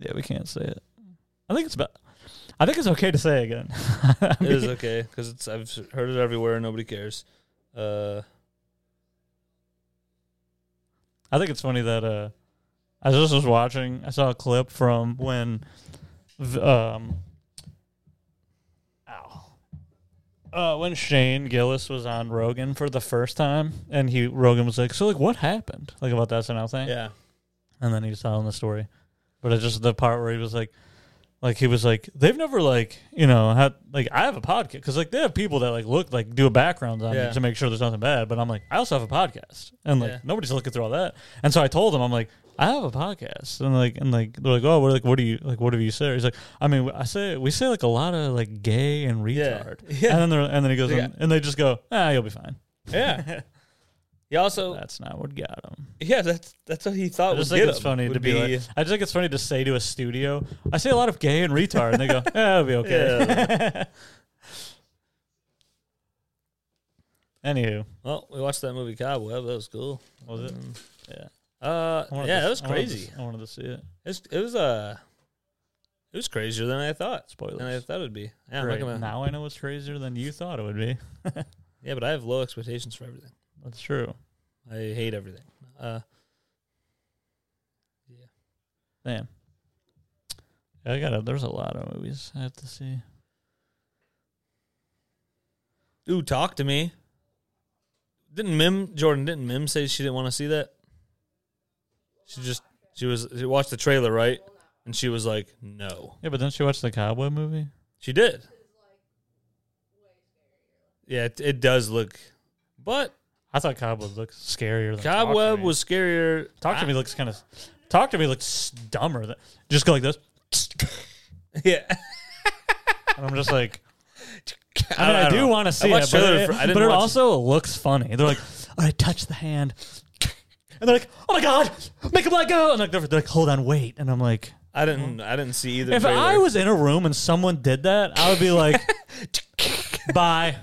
A: Yeah, we can't say it. I think it's about. I think it's okay to say again. I
B: It
A: mean,
B: is okay because it's I've heard it everywhere. Nobody cares. Uh,
A: I think it's funny that uh, I just was watching. I saw a clip from when, v- um, ow, uh, when Shane Gillis was on Rogan for the first time, and he Rogan was like, "So like, what happened? Like about that SNL thing?"
B: yeah.
A: And then he was telling the story, but it's just the part where he was like. Like he was like they've never like you know had like I have a podcast because like they have people that like look like do a background on
B: Yeah.
A: me to make sure there's nothing bad but I'm like I also have a podcast and like
B: Yeah.
A: nobody's looking through all that and so I told him I'm like I have a podcast and like and like they're like oh what like what do you like what have you said he's like I mean I say we say like a lot of like gay and
B: Yeah.
A: retard
B: Yeah.
A: and then they're, and then he goes
B: Yeah.
A: and, and they just go ah you'll be fine
B: Yeah. He also
A: that's not what got him
B: yeah that's that's what he
A: I
B: thought
A: just
B: was
A: think
B: get
A: it's
B: him,
A: funny
B: would
A: to be, like, I just think it's funny to say to a studio, I say a lot of gay and retard, and they go, yeah, it'll be okay.
B: Yeah.
A: Anywho,
B: well we watched that movie Cobweb that was cool
A: was it?
B: Mm.
A: Yeah.
B: uh
A: I wanted
B: yeah
A: to-
B: that was
A: I wanted to-
B: crazy
A: I wanted to see it.
B: It's, it was uh it was crazier than I thought
A: Spoilers.
B: than I thought it'd be yeah I'm not
A: Great.
B: gonna-
A: Now I know it's crazier than you thought it would be.
B: yeah but I have low expectations for everything
A: That's true.
B: I hate everything uh
A: Damn. I got to There's a lot of movies I have to see.
B: ooh talk to me didn't Mim Jordan didn't Mim say she didn't want to see that she just she was she watched the trailer right and she was like no
A: Yeah, but didn't you watch the Cowboy movie?
B: She did. Yeah, it, it does look. But
A: I thought Cobweb looked scarier than Talk to
B: Cobweb
A: Me.
B: was scarier.
A: Talk to me looks kind of. Talk to me looks dumber. Than, just go like this,
B: Yeah.
A: and I'm just like, I
B: don't-
A: mean, I,
B: don't
A: do
B: know.
A: want to see it,
B: watched
A: but
B: trailer
A: it,
B: for- I didn't
A: but it
B: watch-
A: also looks funny. They're like, all right, touch the hand, and they're like, oh my god, make him let go, and like they're, they're like, hold on, wait, and I'm like,
B: I didn't. I didn't see either.
A: Mm-hmm. if
B: trailer.
A: I was in a room and someone did that, I would be like, bye,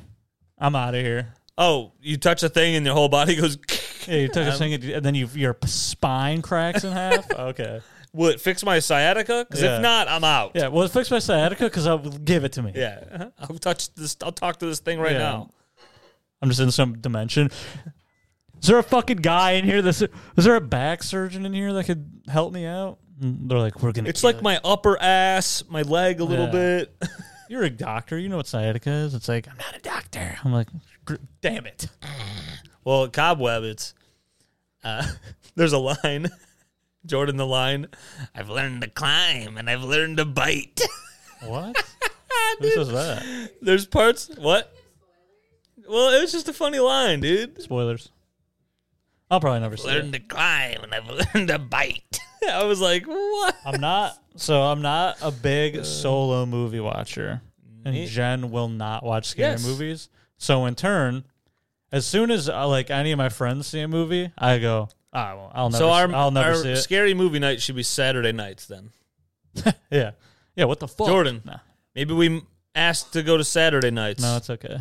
A: I'm out of here.
B: Oh, you touch a thing and your whole body goes.
A: Yeah, you took a thing, and then you your spine cracks in half. Okay,
B: Will it fix my sciatica? Because
A: Yeah.
B: if not, I'm out.
A: yeah, well, it fixed my sciatica because I would give it to me.
B: Yeah. Uh-huh. I'll touch this. I'll talk to this thing right
A: Yeah.
B: now.
A: I'm just in some dimension. Is there a fucking guy in here? That's is there a back surgeon in here that could help me out? And they're like, we're gonna.
B: It's
A: kill
B: like my upper ass, my leg a little
A: Yeah.
B: bit.
A: you. you're a doctor. You know what sciatica is. It's like I'm not a doctor. I'm like, "Gr- damn it.
B: Well, at Cobweb, it's uh, there's a line, Jordan the line. I've learned to climb and I've learned to bite.
A: What? Who says that?
B: there's parts what? Well, it was just a funny line, dude.
A: Spoilers. I'll probably never see it.
B: Learned to climb and I've learned to bite. I was like, what?
A: I'm not. So I'm not a big solo movie watcher, and
B: Uh, Me-
A: Jen will not watch scary
B: Yes.
A: movies. So in turn, as soon as uh, like any of my friends see a movie, I go, I won't. I'll never.
B: so our,
A: I'll never
B: our
A: see it.
B: scary movie night should be Saturday nights then.
A: yeah, yeah. What the fuck,
B: Jordan.
A: No,
B: Maybe we m- asked to go to Saturday nights.
A: no, it's okay.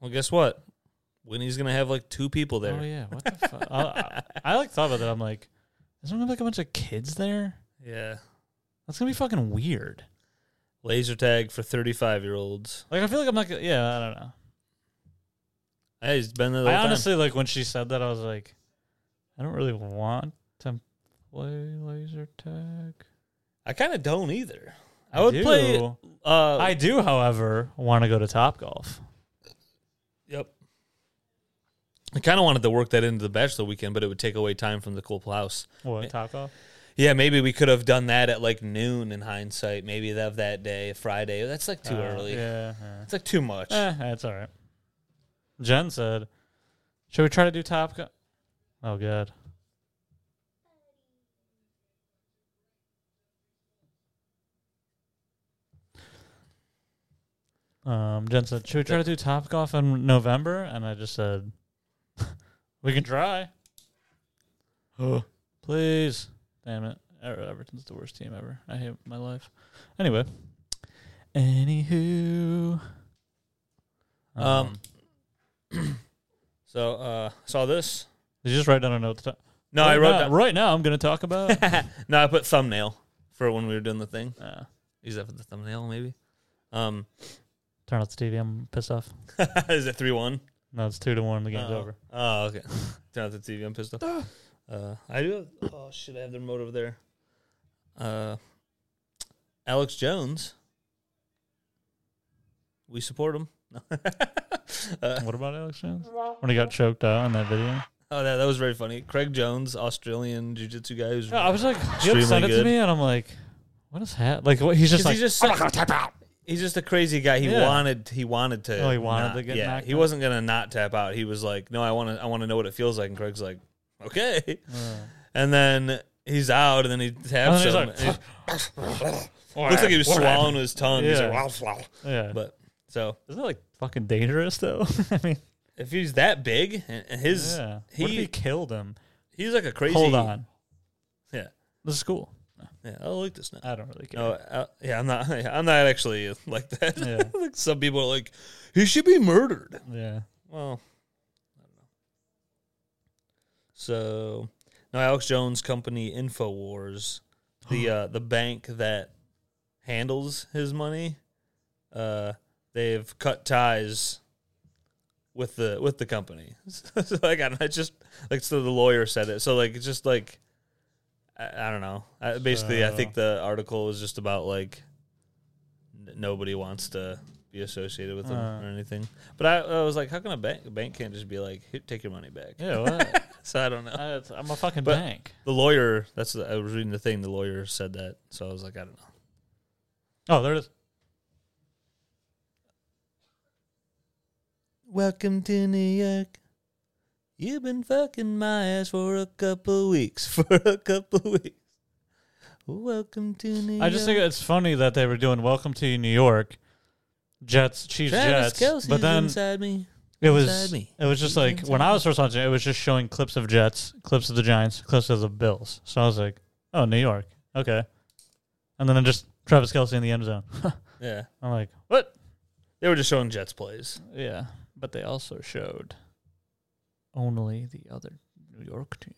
B: well, guess what? Winnie's gonna have like two people there.
A: Oh yeah, what the fuck? I, I, I like thought about that. I'm like, Isn't there like a bunch of kids there?
B: Yeah.
A: That's gonna be fucking weird.
B: Laser tag for 35 year olds.
A: Like I feel like I'm like yeah I don't know.
B: Hey, he's been there the
A: I
B: whole
A: honestly like when she said that I was like, I don't really want to play laser tag.
B: time. I kind of don't either. I would play.
A: do.
B: Uh,
A: I do, however, want to go to Top Golf.
B: Yep. I kind of wanted to work that into the bachelor weekend, but it would take away time from the cool house.
A: What Top Golf?
B: Yeah, maybe we could have done that at like noon in hindsight. Maybe of that day, Friday. That's like too
A: Uh,
B: early.
A: Yeah, yeah.
B: It's like too much.
A: Eh, that's all right. Jen said, "Should we try to do Top Golf?" Oh god. Um, Jen said, "Should we try to do Top Golf in November?" And I just said, "We can try." Oh, please! Damn it! Ever- Everton's the worst team ever. I hate my life. Anyway, anywho,
B: Um, So uh saw this.
A: Did you just write down a note? To talk?
B: No, I wrote
A: now,
B: that.
A: Right now, I'm going to talk about.
B: no, I put thumbnail for when we were doing the thing.
A: Uh,
B: Use that for the thumbnail, maybe. Um,
A: turn off the TV. I'm pissed off.
B: is it three one?
A: No, it's two to one. The game's over. Ah.
B: Oh, okay. Turn off the TV. I'm pissed off. Uh, I do. Have, oh shit! I have the remote over there. Uh, Alex Jones. We support him. uh,
A: What about Alex Jones? When he got choked out in that video?
B: oh, that that was very funny. Craig Jones, Australian jiu-jitsu guy, who's
A: No, Oh, I was like, you
B: Extremely
A: sent it to
B: good.
A: me, and I'm like, what is that? Like, what, he's just
B: 'Cause
A: like,
B: he's just
A: I'm
B: such-
A: not gonna tap out.
B: He's just a crazy guy. He
A: Yeah.
B: wanted he wanted to.
A: Oh, he wanted
B: not-
A: to get
B: Yeah,
A: knocked
B: he
A: out.
B: wasn't gonna not tap out. He was like, no, I want to. I want to know what it feels like. And Craig's like, okay. And then he's out, and then he
A: And
B: taps
A: then he's
B: him.
A: like,
B: And
A: uh,
B: he- looks like he was swallowing his tongue. He's
A: Yeah.
B: like, wow, wow.
A: yeah.
B: But so
A: Isn't that like fucking dangerous though? I mean,
B: if he's that big, and and his
A: yeah. He, what if
B: he
A: he killed him?
B: he's like a crazy.
A: Hold on.
B: Yeah.
A: This is cool.
B: Yeah. I like this now.
A: I don't really care.
B: Oh, uh, yeah. I'm not. I'm not actually like that.
A: Yeah.
B: like some people are like, he should be murdered.
A: Yeah.
B: Well, I don't know. So, no, Alex Jones' company Infowars, the uh, the bank that handles his money, uh, they've cut ties with the with the company. so, like, I, don't- I just like so the lawyer said it. So like it's just like I, I don't know. I, basically, I
A: So-
B: think the article was just about like n- nobody wants to be associated with them
A: Uh.
B: or anything. But I, I was like, how can a bank a bank can't just be like, "Here, take your money back?
A: Yeah. What?
B: So I don't know.
A: I, it's- I'm a fucking
B: But-
A: bank.
B: The lawyer. That's the, I was reading the thing. The lawyer said that. So I was like, I don't know.
A: Oh, there it is.
B: Welcome to New York. You've been fucking my ass for a couple weeks. For a couple weeks. Welcome to New
A: I just think it's funny that they were doing "Welcome to New York," Jets, Chiefs, Jets, but then
B: me.
A: it was
B: inside me.
A: it was just
B: He's
A: like when I was first watching, it, it was just showing clips of Jets, clips of the Giants, clips of the Bills. So I was like, "Oh, New York, okay," and then I just Travis Kelsey in the end zone.
B: Yeah,
A: I'm like, "What?"
B: they were just showing Jets plays.
A: Yeah, but they also showed only the other New York team.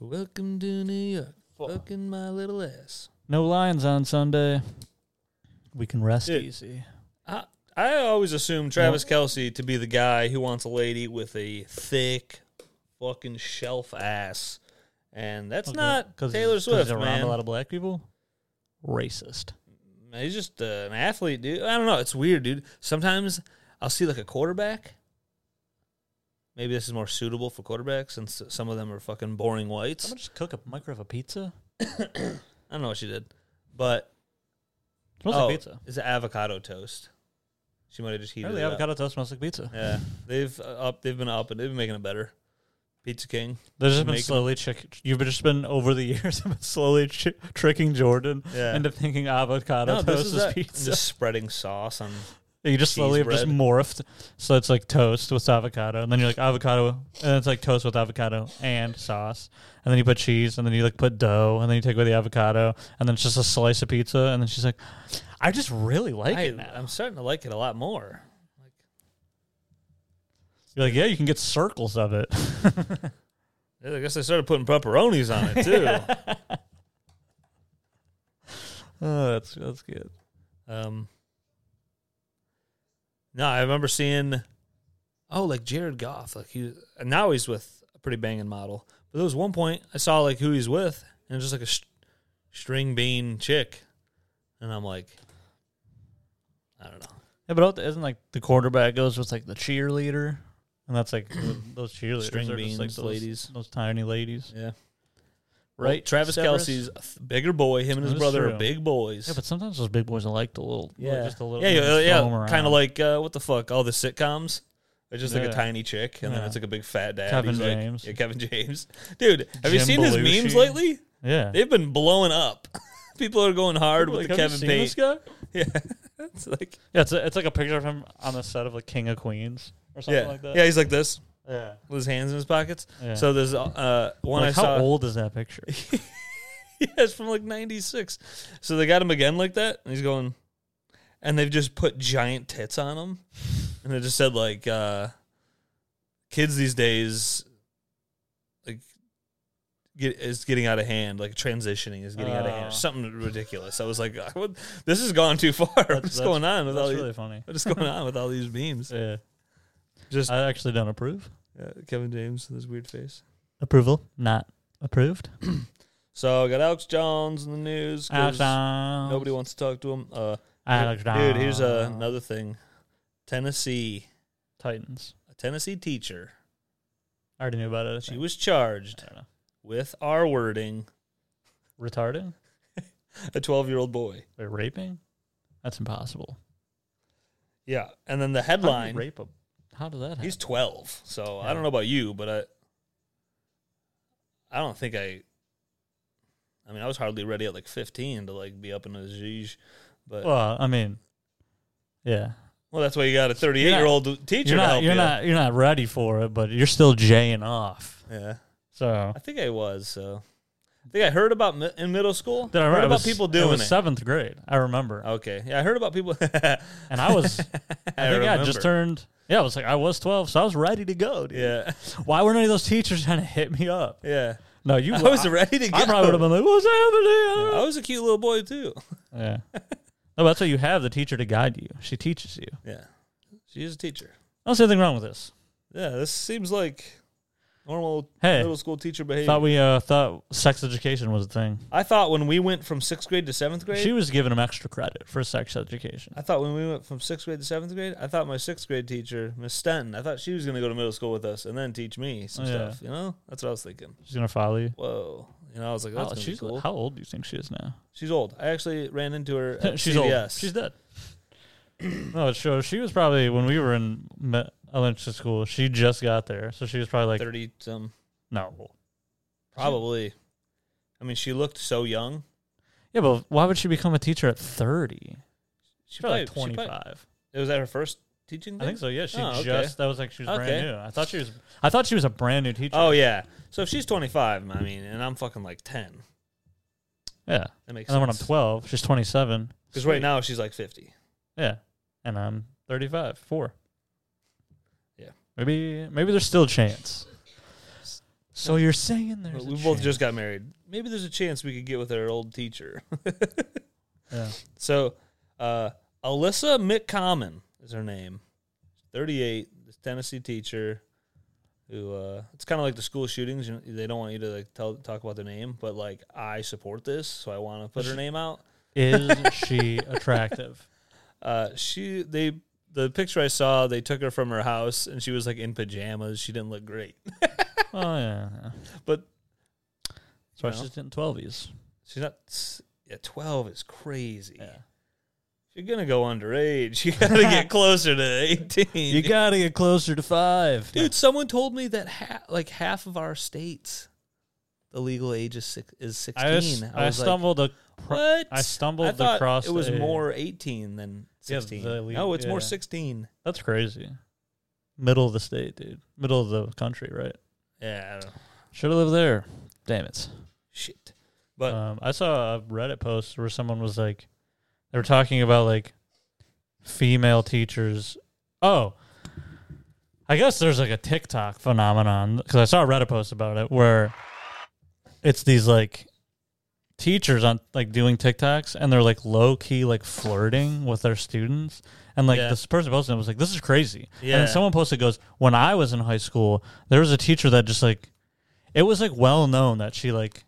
B: Welcome to New York. Fucking my little ass.
A: No Lions on Sunday. We can rest
B: Dude.
A: easy.
B: I, I always assume Travis Kelsey to be the guy who wants a lady with a thick, fucking shelf ass, and that's not Taylor Swift,
A: around
B: man.
A: a lot of black people. Racist.
B: He's just uh, an athlete, dude. I don't know. It's weird, dude. Sometimes I'll see like a quarterback. Maybe this is more suitable for quarterbacks since some of them are fucking boring whites.
A: Someone just cook a microwave a pizza.
B: I don't know what she did, but
A: Smells
B: oh,
A: like pizza.
B: it's an avocado toast. She might have just heated
A: Apparently,
B: it up.
A: avocado toast smells like pizza.
B: Yeah, they've uh, up. They've been up, and they've been making it better. Pizza King.
A: They've just been
B: Make-
A: slowly chick. You've just been over the years been slowly chi- tricking Jordan
B: Yeah.
A: into thinking avocado toast is,
B: that-
A: pizza.
B: Just spreading sauce on.
A: you just slowly have
B: cheese
A: just
B: bread.
A: morphed, so it's like toast with avocado, and then you're like avocado, and then it's like toast with avocado and sauce, and then you put cheese, and then you like put dough, and then you take away the avocado, and then it's just a slice of pizza, and then she's like, "I just really like
B: I,
A: it now."
B: I'm starting to like it a lot more. Like,
A: You're like, yeah, you can get circles of it.
B: I guess they started putting pepperonis on it too.
A: oh, that's that's good.
B: Um, no, I remember seeing, oh, like Jared Goff. Like he and now he's with a pretty banging model. But there was one point I saw like who he's with, and it was just like a sh- string bean chick, and I'm like, I don't know.
A: Yeah, but isn't like the quarterback goes with like the cheerleader, and that's like those cheerleaders
B: String
A: are just like
B: beans,
A: those,
B: ladies.
A: those tiny ladies.
B: Yeah.
A: Right,
B: Well, Travis
A: Severus?
B: Kelsey's a th- bigger boy. Him and his
A: That's
B: brother
A: true.
B: are big boys.
A: Yeah, but sometimes those big boys are like the little, yeah, just a little,
B: yeah, yeah,
A: just throw 'em
B: yeah.
A: around.
B: Kind of like uh, what the fuck? All the sitcoms. It's just like
A: Yeah.
B: a tiny chick, and then
A: Yeah.
B: it's like a big fat dad.
A: Kevin
B: He's like-
A: James.
B: yeah, Kevin James. Dude, have you
A: Jim
B: seen
A: Belushi.
B: his memes lately?
A: yeah.
B: They've been blowing up. People are going hard with
A: Like,
B: the
A: have you
B: Kevin
A: seen
B: Payne.
A: this guy?
B: Yeah, it's like
A: Yeah, it's, a, it's like a picture of him on the set of like King of Queens or something
B: yeah,
A: like that.
B: yeah. He's like this
A: yeah.
B: with his hands in his pockets.
A: Yeah.
B: So there's uh one
A: Like,
B: I
A: how
B: saw.
A: old is that picture?
B: yeah, it's from like '96. So they got him again like that, and he's going, and they've just put giant tits on him, and they just said like, uh, kids these days, like, get is getting out of hand, like transitioning is getting out of
A: Oh.
B: hand, something ridiculous. I was like, I would- this has gone too far. What's
A: that's-
B: going on with all
A: That's
B: these?
A: really funny.
B: What is going on with all these memes?
A: Yeah.
B: Just
A: I actually don't approve.
B: uh, Kevin James with his weird face.
A: Approval not approved.
B: So I got Alex Jones in the news. 'cause
A: Alex Jones.
B: Nobody wants to talk to him. Uh,
A: Alex
B: dude, dude, here's uh,
A: Jones.
B: another thing. Tennessee,
A: Titans.
B: a Tennessee teacher,
A: I already knew about it. I
B: she
A: think.
B: was
A: I
B: charged
A: don't know.
B: with R wording
A: Retarded?
B: a 12 year old boy.
A: Wait, raping? That's impossible.
B: Yeah, and then the
A: How do you
B: headline.
A: Rape a, how did that happen?
B: He's 12, so I
A: Yeah.
B: don't know about you, but I, I don't think I. I mean, I was hardly ready at like 15 to like be up in a zhuzh, but
A: well, I mean, yeah.
B: Well, that's why you got a 38 year old teacher
A: You're
B: to
A: not
B: help
A: you're
B: you.
A: not you're not ready for it, but you're still jaying off.
B: Yeah,
A: So
B: I think I was. So I think I heard about mi- in middle school.
A: Did I remember
B: heard
A: it
B: about
A: was-
B: people
A: it?
B: doing
A: was
B: it. Oh.
A: seventh grade. I remember,
B: Okay, yeah, I heard about people. I
A: and I was. I think I,
B: remember.
A: just turned. Yeah, I was like I was twelve, so I was ready to go. Dude.
B: Yeah,
A: Why weren't any of those teachers trying to hit me up?
B: yeah.
A: No, you.
B: I was
A: I,
B: ready to go.
A: I probably would have been like, "What's happening?"
B: I was a cute little boy too.
A: Yeah. No, that's why you have the teacher to guide you. She teaches you.
B: Yeah, she is a teacher.
A: I don't see anything wrong with this.
B: Yeah, this seems like normal
A: Hey.
B: middle school teacher behavior.
A: Thought we uh, thought sex education was a thing.
B: I thought when we went from sixth grade to seventh grade.
A: She was giving them extra credit for sex education.
B: I thought when we went from sixth grade to seventh grade, I thought my sixth grade teacher, Miss Stanton, I thought she was going to go to middle school with us and then teach me some
A: Oh, yeah.
B: stuff. You know, that's what I was thinking.
A: She's gonna follow you.
B: Whoa, you know, I was like,
A: How,
B: that's gonna be
A: Oh, she's,
B: cool.
A: how old do you think she is now?
B: she's old. I actually ran into her. At
A: she's
B: CVS.
A: old. She's dead. no, it shows she was probably when we were in me- elementary school. She just got there, so she was probably like
B: thirty some,
A: no.
B: probably. I mean, she looked so young.
A: Yeah, but why would she become a teacher at thirty?
B: She
A: She's probably like
B: she
A: twenty five.
B: It was that her first teaching.
A: I
B: Thing?
A: think so. Yeah, she
B: Oh, okay.
A: just that was like she was
B: Okay.
A: brand new. I thought she was. I thought she was a brand new teacher.
B: Oh yeah. So if she's twenty five, I mean, and I'm fucking like ten.
A: yeah.
B: That makes
A: And then when I'm
B: sense.
A: twelve, she's twenty seven.
B: Because right now she's like fifty.
A: yeah, and I'm thirty five, four.
B: Yeah.
A: Maybe maybe there's still a chance. So you're saying there's
B: But
A: a
B: we both
A: chance.
B: just got married. Maybe there's a chance we could get with our old teacher.
A: Yeah.
B: So, uh, Alyssa McCommon is her name. 38, this Tennessee teacher who, uh, it's kind of like the school shootings. You know, they don't want you to like tell, talk about their name, but like I support this, so I want to put her name out.
A: Is she attractive?
B: Uh, she, they, the picture I saw, they took her from her house and she was like in pajamas. She didn't look great,
A: Oh yeah. yeah.
B: but
A: That's why
B: No.
A: she's in twelvies.
B: she's not, s- yeah, 12 is crazy.
A: Yeah.
B: If you're going to go underage, you got to get closer to 18.
A: You gotta get closer to five.
B: dude. Someone told me that ha- like half of our states, the legal age is six- is
A: I, s-
B: sixteen. I,
A: I
B: was
A: stumbled
B: like,
A: a
B: what?
A: I stumbled
B: I thought
A: across
B: It was
A: a-
B: more eighteen than
A: Yeah,
B: sixteen.
A: the le-
B: no, it's more
A: yeah.
B: sixteen.
A: That's crazy. Middle of the state, dude. Middle of the country, right?
B: Yeah, I don't know.
A: Should have lived there. Damn it.
B: shit. But
A: um, I saw a Reddit post where someone was like, they were talking about like female teachers. Oh, I guess there's like a TikTok phenomenon because I saw a Reddit post about it where it's these like teachers on like doing TikToks and they're like low key like flirting with their students. And like
B: Yeah.
A: this person posted it was like, this is crazy. And
B: Yeah.
A: then someone posted goes, when I was in high school, there was a teacher that just like, it was like well known that she like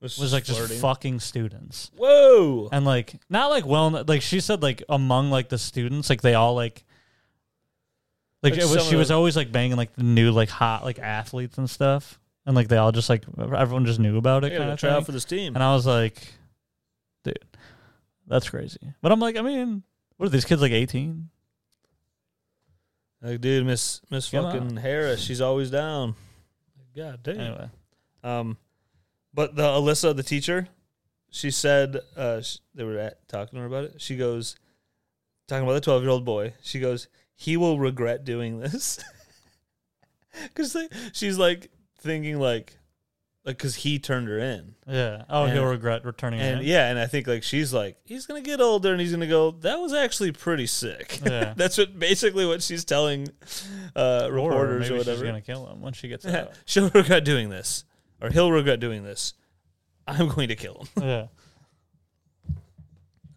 A: was like just
B: flirting.
A: fucking students
B: Whoa.
A: and like not like well like she said like among like the students like they all like like,
B: Like
A: it
B: some
A: was,
B: of
A: she was
B: the-
A: always like banging like the new like hot like athletes and stuff and like they all just like everyone just knew about it
B: I
A: kind
B: gotta
A: of
B: try
A: thing.
B: out for this team.
A: and I was like dude that's crazy but I'm like I mean what are these kids like 18
B: Like, dude, Miss Miss
A: Come
B: fucking Harris, she's always down. God damn.
A: anyway
B: Um, but the Alyssa, the teacher, she said uh, sh they were at, talking to her about it. She goes, talking about the twelve-year-old boy. She goes, he will regret doing this, because like, she's like thinking like, like because he turned her in,
A: yeah oh
B: And-
A: he'll regret returning
B: and
A: it.
B: yeah, and I think like she's like he's gonna get older and he's gonna go that was actually pretty sick.
A: Yeah.
B: That's what basically what she's telling uh,
A: or
B: reporters
A: maybe
B: or,
A: she's
B: whatever.
A: gonna kill him when she gets
B: Yeah.
A: out
B: She'll regret doing this, or he'll regret doing this. I'm going to kill him.
A: yeah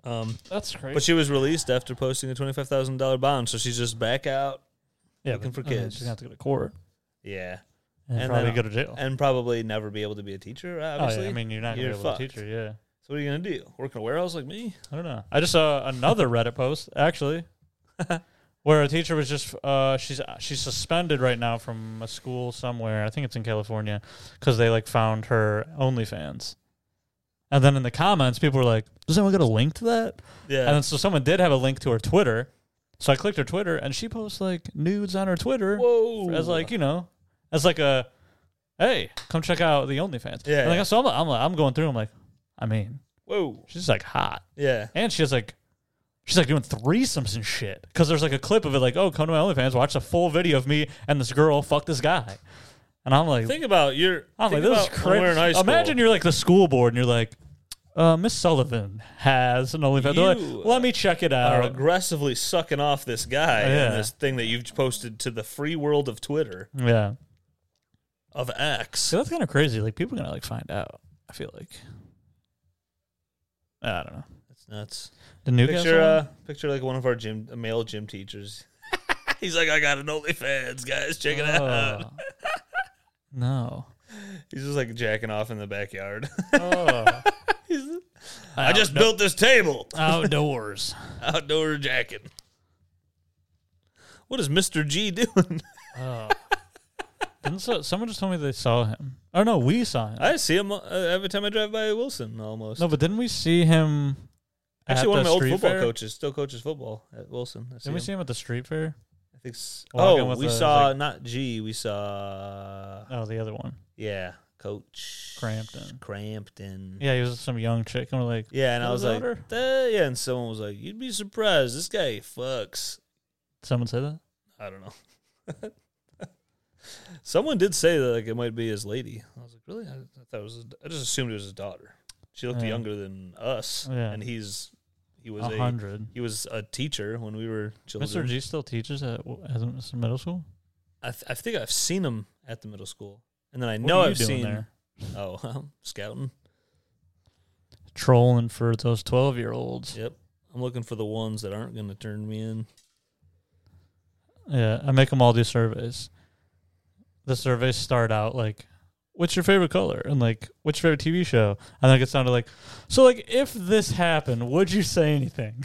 B: Um,
A: that's crazy
B: but she was released after posting a twenty five thousand dollar bond, so she's just back out.
A: yeah,
B: looking for
A: I mean,
B: kids.
A: she's gonna have to go to court
B: Yeah,
A: and,
B: And
A: probably
B: then-
A: go to jail
B: and probably never be able to be a teacher. Obviously,
A: Oh, yeah. I mean, you're not
B: You're
A: going to be able to
B: fucked.
A: teach her. Yeah.
B: so what are you going to do? Work in a warehouse like me?
A: I don't know. I just saw another Reddit post, actually, where a teacher was just, uh, she's she's suspended right now from a school somewhere. I think it's in California because they, like, found her OnlyFans. And then in the comments, people were like, does anyone got a link to that? And
B: Yeah,
A: then so someone did have a link to her Twitter. So I clicked her Twitter and she posts, like, nudes on her Twitter
B: whoa,
A: as, like, you know, as, like, a, hey, come check out the OnlyFans.
B: Yeah,
A: And, like,
B: yeah.
A: so I'm, I'm, I'm going through, I'm like, I mean,
B: whoa,
A: She's like hot,
B: yeah,
A: and she's like, she's like doing threesomes and shit. Because there's like a clip of it, like, oh, come to my OnlyFans, watch a full video of me and this girl fuck this guy. And I'm like,
B: Think about your.
A: I'm like,
B: think
A: this is
B: about when we're in high
A: crazy.
B: school.
A: Imagine you're like the school board, and you're like, uh, Miss Sullivan has an OnlyFans. They're
B: You
A: like, Let me check it
B: are
A: out.
B: aggressively sucking off this guy
A: Yeah.
B: and this thing that you've posted to the free world of Twitter
A: Yeah,
B: of X.
A: so that's kind of crazy. Like people are gonna like find out. I feel like. I don't know.
B: That's nuts.
A: The new
B: Picture, uh, picture like one of our gym, a male gym teachers. He's like, I got an OnlyFans, guys, check it out.
A: Oh. no.
B: He's just like jacking off in the backyard.
A: Oh.
B: He's- I just
A: Outdo-
B: built this table,
A: outdoors.
B: outdoor jacking. What is Mister G doing?
A: Oh. Didn't so, someone just told me they saw him? Oh no, we saw him.
B: I see him uh, every time I drive by Wilson, almost.
A: no, but didn't we see him? at
B: Actually, one of
A: the
B: my old
A: street
B: football
A: fair?
B: coaches still coaches football at Wilson. I see
A: Didn't we
B: him.
A: see him at the street fair?
B: I think s-
A: Walking
B: oh,
A: with
B: we
A: a-
B: saw not G, we saw
A: Oh, the other one.
B: yeah, Coach
A: Crampton.
B: Crampton.
A: Yeah, he was some young chick, and we're like,
B: Yeah, and I
A: What
B: was
A: was
B: like,
A: that
B: "Duh," yeah, and someone was like, you'd be surprised. This guy fucks.
A: someone said that.
B: I don't know. someone did say that like it might be his lady. I was like, really? I, I thought it was. I just assumed it was his daughter. She looked
A: Yeah.
B: younger than us,
A: Yeah.
B: and he's he was
A: A
B: a
A: hundred.
B: he was a teacher when we were
A: Mr.
B: children.
A: G still teaches at w- at Mr. middle school.
B: I, th- I think I've seen him at the middle school, and then I
A: What
B: know
A: are you
B: I've
A: doing
B: seen.
A: there?
B: Oh, I'm scouting.
A: trolling for those twelve year olds.
B: Yep, I'm looking for the ones that aren't going to turn me in.
A: Yeah, I make them all do surveys. The surveys start out like, "What's your favorite color?" and like, "What's your favorite TV show?" and then it gets down to like, "So like, if this happened, would you say anything?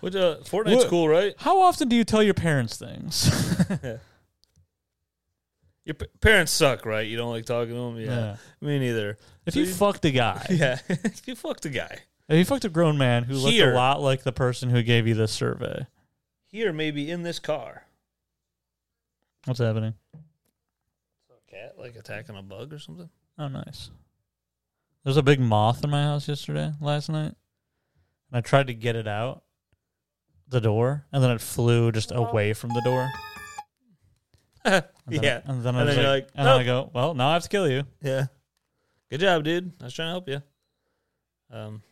B: Which uh, Fortnite's
A: What-
B: cool, right?
A: How often do you tell your parents things?"
B: Your p- parents suck, right? You don't like talking to them. Yeah, me neither.
A: If
B: So
A: you
B: you-
A: fucked a guy,
B: Yeah, if you fucked a guy
A: if you fucked a grown man who looked
B: Here.
A: a lot like the person who gave you this survey,
B: here, maybe in this car.
A: what's happening?
B: Cat like attacking a bug or something.
A: Oh, nice. There's a big moth in my house yesterday, last night, and I tried to get it out the door, and then it flew just away from the door. And then
B: yeah,
A: I, and then I
B: And
A: was
B: then you're
A: like,
B: like,
A: and then I go, well, now I have to kill you.
B: yeah. Good job, dude. I was trying to help you. Um,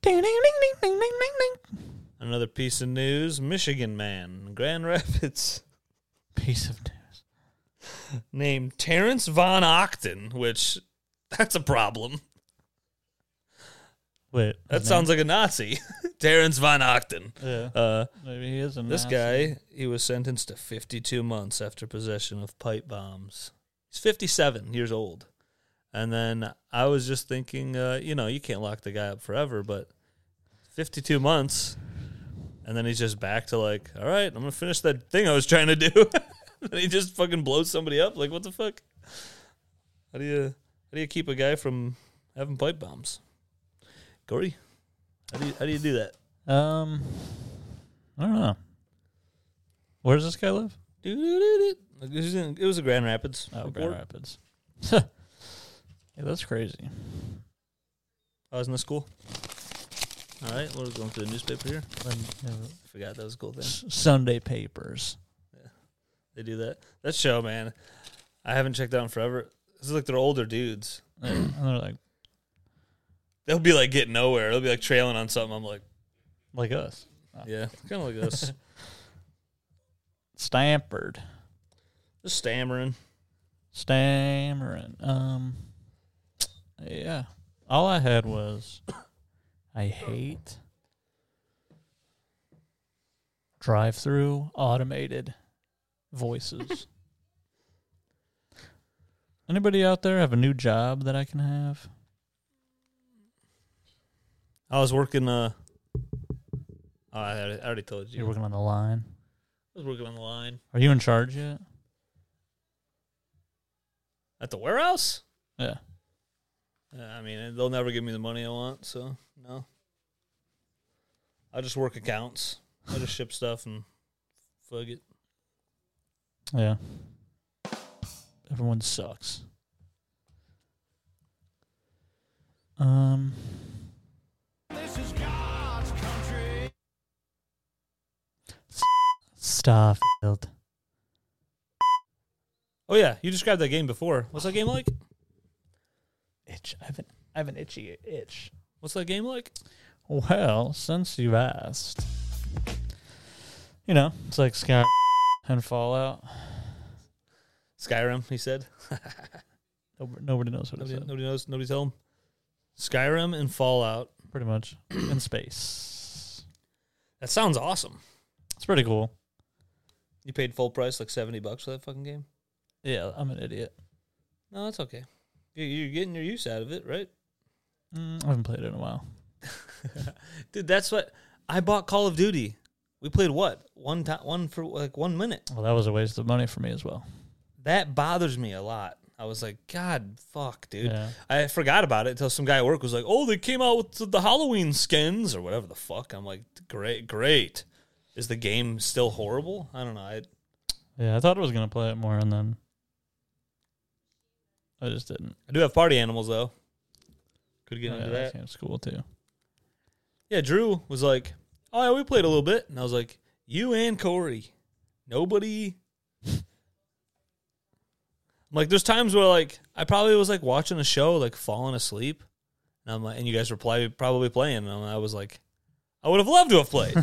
A: Ding, ding, ding, ding, ding, ding, ding, ding.
B: Another piece of news Michigan man, Grand Rapids,
A: Piece of news.
B: named Terrence Von Ochten, which that's a problem.
A: Wait,
B: That sounds like a Nazi. Terrence Von Ochten.
A: yeah.
B: Uh,
A: Maybe he is a
B: This
A: Nazi.
B: guy, he was sentenced to 52 months after possession of pipe bombs. He's 57 years old. And then I was just thinking, uh, you know, you can't lock the guy up forever, but 52 months. And then he's just back to like, all right, I'm going to finish that thing I was trying to do. and he just fucking blows somebody up. Like, what the fuck? How do you how do you keep a guy from having pipe bombs? Gory, how do you, how do you do that?
A: Um, I don't know. Where does this guy live?
B: Doo-doo-doo-doo. It was in- it was a Grand Rapids.
A: Oh, Grand
B: report.
A: Rapids. yeah, that's crazy.
B: I was in the school. All right, we're going through the newspaper here.
A: S-
B: Forgot that was a cool thing.
A: Sunday papers.
B: They do that. That show, man, I haven't checked out in forever. This is like they're older dudes.
A: and they're like,
B: They'll be like getting nowhere. They'll be like trailing on something. I'm like,
A: like us.
B: yeah, kind of like us,
A: Stanford.
B: just stammering.
A: Stammering. Um, yeah. All I had was, I hate drive-through automated voices. Anybody out there have a new job that I can have?
B: I was working. Uh, oh, I already, I already told you.
A: You're working on the line.
B: I was working on the line
A: Are you in charge yet?
B: at the warehouse.
A: Yeah.
B: Uh, I mean, they'll never give me the money I want, so no. I just work accounts. I just ship stuff and fuck it.
A: Yeah. Everyone sucks. Um. This is God's country. Starfield.
B: Oh yeah, you described that game before. What's that game like?
A: Itch. I have an I have an itchy itch.
B: What's that game like?
A: Well, since you've asked, you know it's like Sky and Fallout.
B: Skyrim. He said.
A: Nobody, nobody knows what it's
B: Nobody,
A: like.
B: nobody knows. Nobody tell him. Skyrim and Fallout.
A: Pretty much in space.
B: That sounds awesome.
A: It's pretty cool.
B: You paid full price, like seventy bucks for that fucking game.
A: Yeah, I'm an idiot.
B: No, that's okay. You- You're getting your use out of it, right?
A: Mm, I haven't played it in a while.
B: Dude, that's what I bought. Call of Duty. We played what one time, one for like one minute.
A: Well, that was a waste of money for me as well.
B: that bothers me a lot. I was like, God, fuck, dude.
A: Yeah.
B: I forgot about it until some guy at work was like, Oh, they came out with the Halloween skins or whatever the fuck. I'm like, Great, great. Is the game still horrible? I don't know. I,
A: Yeah, I thought I was gonna play it more, and then I just didn't.
B: I do have party animals though. Could get
A: yeah,
B: into that.
A: game's cool too.
B: Yeah, Drew was like, Oh yeah, we played a little bit, and I was like, You and Corey, nobody. I'm like, there's times where like I probably was like watching a show, like falling asleep, and I'm like, and you guys were play, probably playing, and I was like, I would have loved to have played.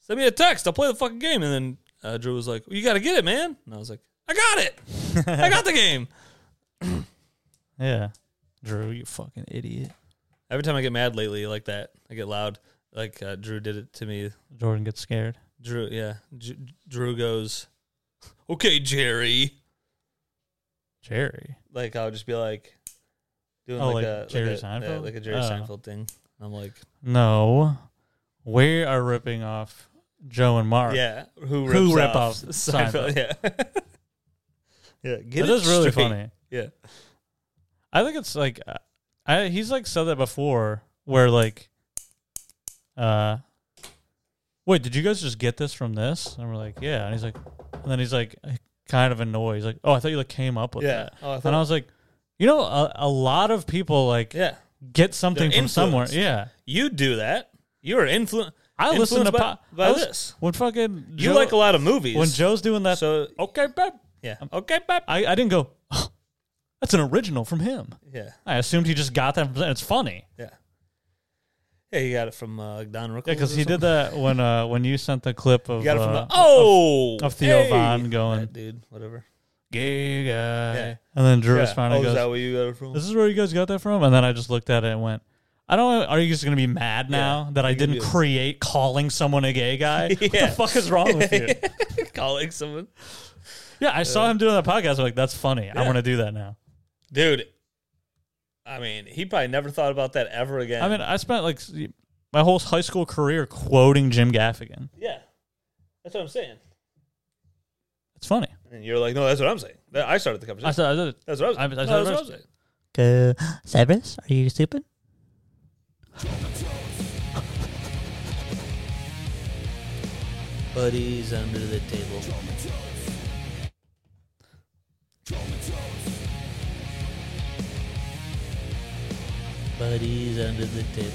B: Send me a text, I'll play the fucking game, and then uh, Drew was like, well, You got to get it, man, and I was like, I got it, I got the game.
A: Yeah, Drew, you fucking idiot.
B: Every time I get mad lately, like that, I get loud. Like uh, Drew did it to me
A: Jordan gets scared.
B: Drew, yeah. J- Drew goes, okay, Jerry.
A: Jerry,
B: Like, I'll just be like, doing
A: Oh,
B: like,
A: like
B: a like
A: Jerry
B: a- yeah,
A: Seinfeld?
B: like a Jerry
A: Oh.
B: Seinfeld thing. I'm like,
A: no, we are ripping off Joe and Mark.
B: yeah, who rips
A: Who rip
B: off,
A: off
B: Seinfeld? Yeah, yeah. Get
A: that
B: it
A: is really
B: straight.
A: funny.
B: Yeah,
A: I think it's like, uh, I he's like said that before, where like, uh, wait, did you guys just get this from this? And we're like, yeah. And he's like, and then he's like, uh, kind of annoyed. He's like, oh, I thought you like came up with
B: yeah.
A: that.
B: Oh, I
A: And I
B: thought,
A: was like, you know, a, a lot of people like
B: yeah.
A: get something
B: They're
A: from somewhere.
B: influenced.
A: Yeah,
B: You do that. You are influ-
A: I listen to
B: influenced by,
A: pop.
B: by this.
A: when fucking
B: You like a lot of movies.
A: when Oh, Joe's doing that.
B: so
A: okay, babe.
B: yeah,
A: um,
B: oh, okay, babe.
A: I I didn't go. "Oh, that's an original from him.
B: Yeah,
A: I assumed he just got that. From, it's funny.
B: yeah. Yeah, you got it from uh, Don Rickles.
A: Yeah, because he did that when uh when you sent the clip of
B: You got it from
A: uh,
B: the oh
A: of Theo
B: hey!
A: Von going.
B: That dude, whatever.
A: gay guy,
B: Yeah.
A: and then Drew
B: Yeah.
A: responded
B: oh,
A: and
B: is
A: goes,
B: that where you got it from?
A: "This is where you guys got that from?" And then I just looked at it and went. I don't. Are you just gonna be mad now that I
B: you can
A: didn't
B: do it.
A: create calling someone a gay guy? What
B: Yeah.
A: the fuck is wrong with you?
B: calling someone.
A: Yeah, I saw him doing that podcast. I'm like, that's funny. I
B: Yeah.
A: want to do that now.
B: Dude, I mean, he probably never thought about that ever again.
A: I mean, I spent like s- my whole high school career quoting Jim Gaffigan.
B: yeah, that's what I'm saying.
A: It's funny.
B: And you're like, no, that's what I'm saying. That- I started the
A: I
B: conversation.
A: said, I did it.
B: That's what I was.
A: I- I
B: no,
A: said
B: that's what I
A: first.
B: was saying.
C: Go, Severus, are you stupid?
B: Buddies under the table. Buddies under the table.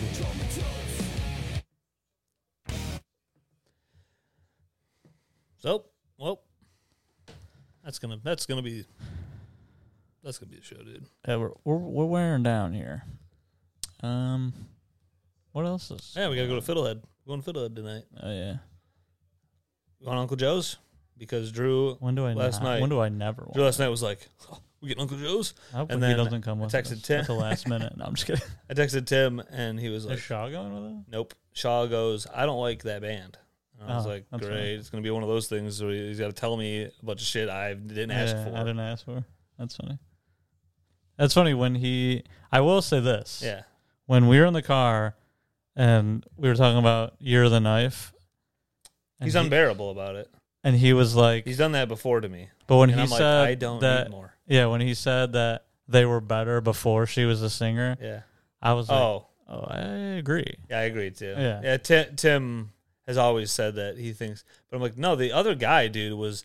B: So, well, that's gonna that's gonna be that's gonna be the show, dude.
A: Yeah, Uh, we're, we're we're wearing down here. Um, what else is?
B: Yeah, we gotta go to Fiddlehead. We're going to Fiddlehead tonight.
A: Oh yeah.
B: Going to Uncle Joe's because Drew
A: When do I?
B: Last
A: not-
B: night.
A: When do I never? Want?
B: Drew last night was like, oh, "We getting Uncle Joe's."
A: I hope
B: And
A: he
B: then
A: doesn't come with
B: texted
A: us
B: Tim.
A: at the last minute. No, I'm just kidding.
B: I texted Tim and he was
A: Is
B: like,
A: Shaw going with us?
B: Nope. Shaw goes, I don't like that band. And I was
A: Oh,
B: like,
A: that's
B: great.
A: right.
B: It's going to be one of those things where he's got to tell me a bunch of shit I didn't ask
A: Yeah,
B: for.
A: I didn't ask for. That's funny. That's funny when he. I will say this.
B: Yeah.
A: When we were in the car, and we were talking about Year of the Knife. and
B: He's
A: he-
B: unbearable about it.
A: And he was like,
B: He's done that before to me.
A: but when
B: and
A: he
B: I'm like,
A: said
B: I don't
A: that,
B: need more.
A: yeah, when he said that they were better before she was a singer,
B: Yeah.
A: I was like,
B: Oh,
A: oh, I agree.
B: yeah, I agree too.
A: Yeah.
B: Yeah. Tim, Tim has always said that he thinks, but I'm like, no, the other guy, dude, was,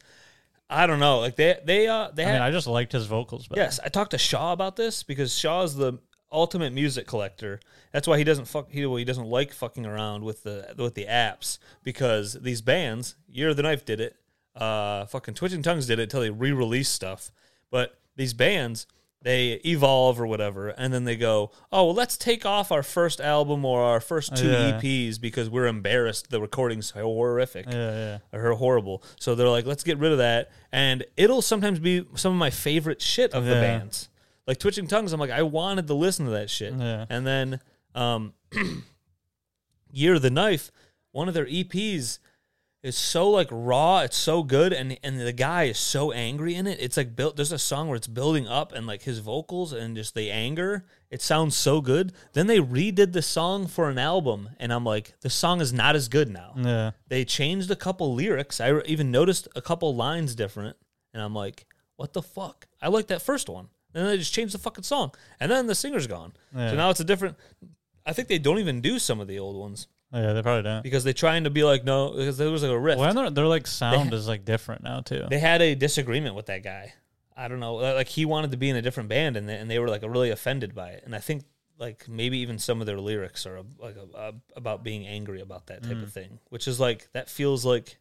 B: I don't know. Like they, they, uh, they
A: I
B: had,
A: mean, I just liked his vocals, but
B: Yes, I talked to Shaw about this because Shaw's the ultimate music collector. That's why he doesn't fuck. He, well, he doesn't like fucking around with the with the apps because these bands, Year of the Knife did it, uh, fucking Twitching Tongues did it until they re-release stuff. But these bands, they evolve or whatever, and then they go, oh well, let's take off our first album or our first two
A: Yeah.
B: EPs because we're embarrassed. The recording's horrific
A: yeah, yeah.
B: or her horrible. So they're like, let's get rid of that. And it'll sometimes be some of my favorite shit of the
A: Yeah.
B: bands. Like Twitching Tongues, I'm like, I wanted to listen to that shit.
A: Yeah.
B: And then um Year of the Knife, one of their EPs is so like raw, it's so good, and and the guy is so angry in it. It's like built there's a song where it's building up and like his vocals and just the anger. It sounds so good. Then they redid the song for an album, and I'm like, the song is not as good now
A: Yeah.
B: they changed a couple lyrics. I even noticed a couple lines different, and I'm like, what the fuck? I like that first one. And then they just changed the fucking song, and then the singer's gone.
A: Yeah.
B: So now it's a different. I think they don't even do some of the old ones
A: Yeah, they probably don't.
B: because they're trying to be like no, because there was like a riff.
A: Well, their their like sound is like different now too.
B: They had a disagreement with that guy. I don't know. Like he wanted to be in a different band, and they, and they were like really offended by it. And I think like maybe even some of their lyrics are like uh about being angry about that type of thing, which is like that feels like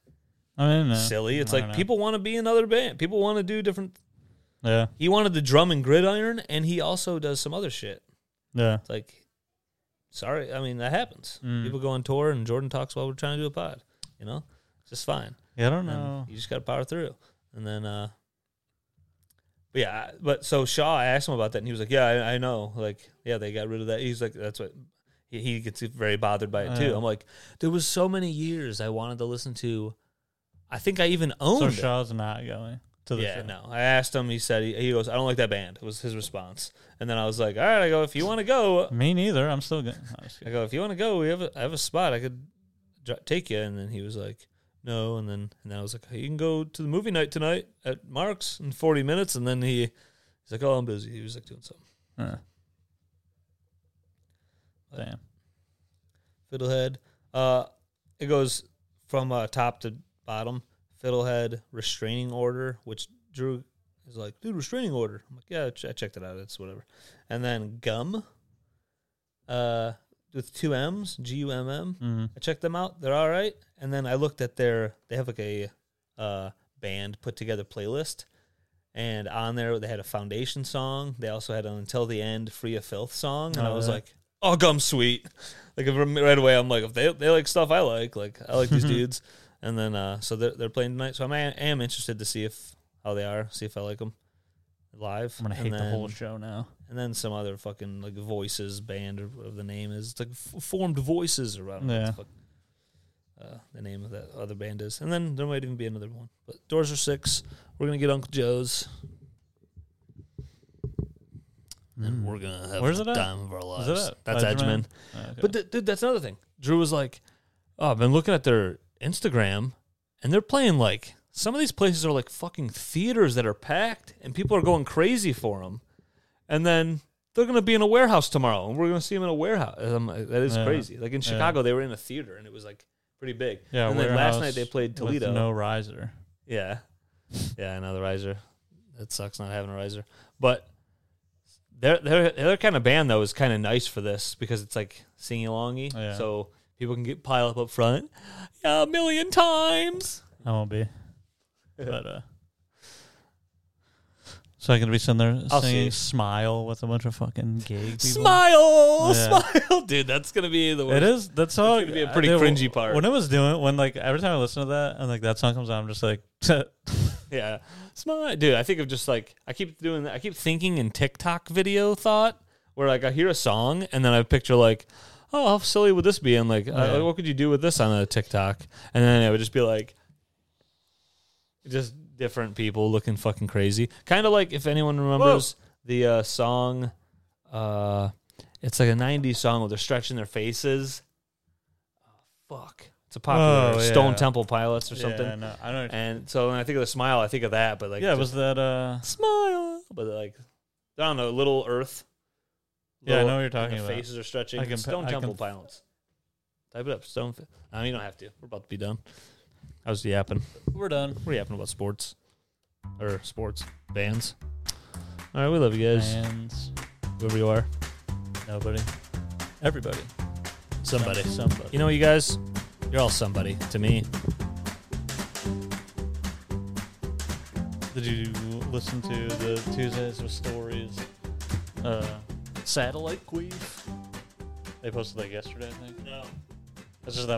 A: I mean, uh,
B: silly. It's
A: I
B: like
A: don't know.
B: people want to be another band. People want to do different.
A: Yeah,
B: He wanted the drum and gridiron, and he also does some other shit.
A: yeah,
B: It's like, sorry, I mean that happens.
A: Mm.
B: People go on tour, and Jordan talks while we're trying to do a pod. You know, it's just fine.
A: yeah. I don't
B: And
A: know.
B: you just got to power through. And then, uh but yeah, I- but so Shaw, I asked him about that, and he was like, "Yeah, I, I know. Like, yeah, they got rid of that." He's like, "That's what." He, he gets very bothered by it too.
A: Uh.
B: I'm like, there was so many years I wanted to listen to. I think I even
A: So
B: owned. it.
A: Shaw's not going to the
B: yeah,
A: show.
B: no. I asked him. He said he, he goes, "I don't like that band." It was his response. And then I was like, "All right." I go, "If you want to go,
A: Me neither. I'm still going.
B: I go, if you want to go, we have a, I have a spot. I could dr- take you." And then he was like, "No." And then and then I was like, "You can go to the movie night tonight at Mark's in 40 minutes." And then he he's like, "Oh, I'm busy." He was like doing something.
A: Uh. Damn.
B: Fiddlehead. Uh, it goes from uh, top to bottom. Fiddlehead restraining order, which Drew is like, dude, restraining order. I'm like, yeah, I ch- I checked it out. It's whatever. And then gum, uh, with two M's, G U M M.
A: Mm.
B: I checked them out. They're all right. And then I looked at their they have like a uh, band put together playlist, and on there they had a foundation song. They also had an Until the End Free of Filth song, and I
A: Oh,
B: was
A: really?
B: like, oh gum sweet. Like if- right away, I'm like, if they they like stuff I like, like I like these dudes, and then uh, so they're they're playing tonight. So I'm I am interested to see if how they are, see if I like them live.
A: I'm gonna
B: And
A: hate the whole
B: then-
A: show now.
B: and then some other fucking like voices band or whatever the name is. It's like f- formed voices or I don't know what
A: Yeah.
B: the, fuck, uh, the name of that other band is. And then there might even be another one. But doors are six. We're gonna get Uncle Joe's. And then we're gonna have
A: Hmm. Where's
B: the
A: it at?
B: time of our
A: Mm-hmm. Is
B: lives.
A: it it?
B: That's Edgeman.
A: Edgerman? Oh, okay.
B: But th- dude, that's another thing. Drew was like, "Oh, I've been looking at their Instagram, and they're playing like some of these places are like fucking theaters that are packed, and people are going crazy for them. And then they're gonna be in a warehouse tomorrow, and we're gonna see them in a warehouse. And I'm like, that is
A: Yeah.
B: crazy. Like in Chicago, they were in a theater, and it was like pretty big.
A: yeah,
B: and then last
A: Warehouse
B: night they played
A: with
B: Toledo.
A: No riser.
B: Yeah. Yeah, another riser. That sucks not having a riser. But their their their kind of band though is kind of nice for this because it's like singing alongy.
A: Oh, Yeah.
B: So people can get pile up up front a million times.
A: I won't be. But uh So I'm gonna be sitting there
B: I'll see.
A: singing Smile with a bunch of fucking gay people.
B: Smile,
A: Yeah.
B: smile, dude. That's gonna be the worst.
A: It is that song.
B: gonna be a pretty
A: I-
B: cringy part.
A: When it was doing, when like every time I listen to that and like that song comes on, I'm just like,
B: Yeah, smile, dude. I think of just like I keep doing. that. I keep thinking in TikTok video thought where like I hear a song and then I picture like, oh, how silly would this be? And like,
A: Yeah.
B: uh, what could you do with this on a TikTok? And then it would just be like, just different people looking fucking crazy. Kind of like if anyone remembers the uh, song, uh, it's like a '90s song where they're stretching their faces. Oh, fuck. It's a popular
A: Oh,
B: Stone
A: yeah.
B: Temple Pilots or something.
A: Yeah, no, I don't. know.
B: And so when I think of the smile, I think of that, but like
A: yeah, it
B: just
A: was that. uh
B: smile, but like I don't know, little Earth.
A: Yeah, I
B: Little-
A: know what you're
B: and
A: talking
B: their
A: about.
B: Faces are stretching.
A: I can pa-
B: Stone
A: I can-
B: Temple Pilots. Type it up, Stone. Fa- no, you don't have to. We're about to be done. I was yapping.
A: We're done.
B: We're yapping about sports, or sports bands. All right, we love you guys.
A: And
B: Whoever you are,
A: nobody, everybody,
B: somebody.
A: somebody.
B: You know, you guys, you're all somebody to me.
A: Did you listen to the Tuesdays with Stories uh, satellite quiz? They posted that yesterday, I think. No. It's just them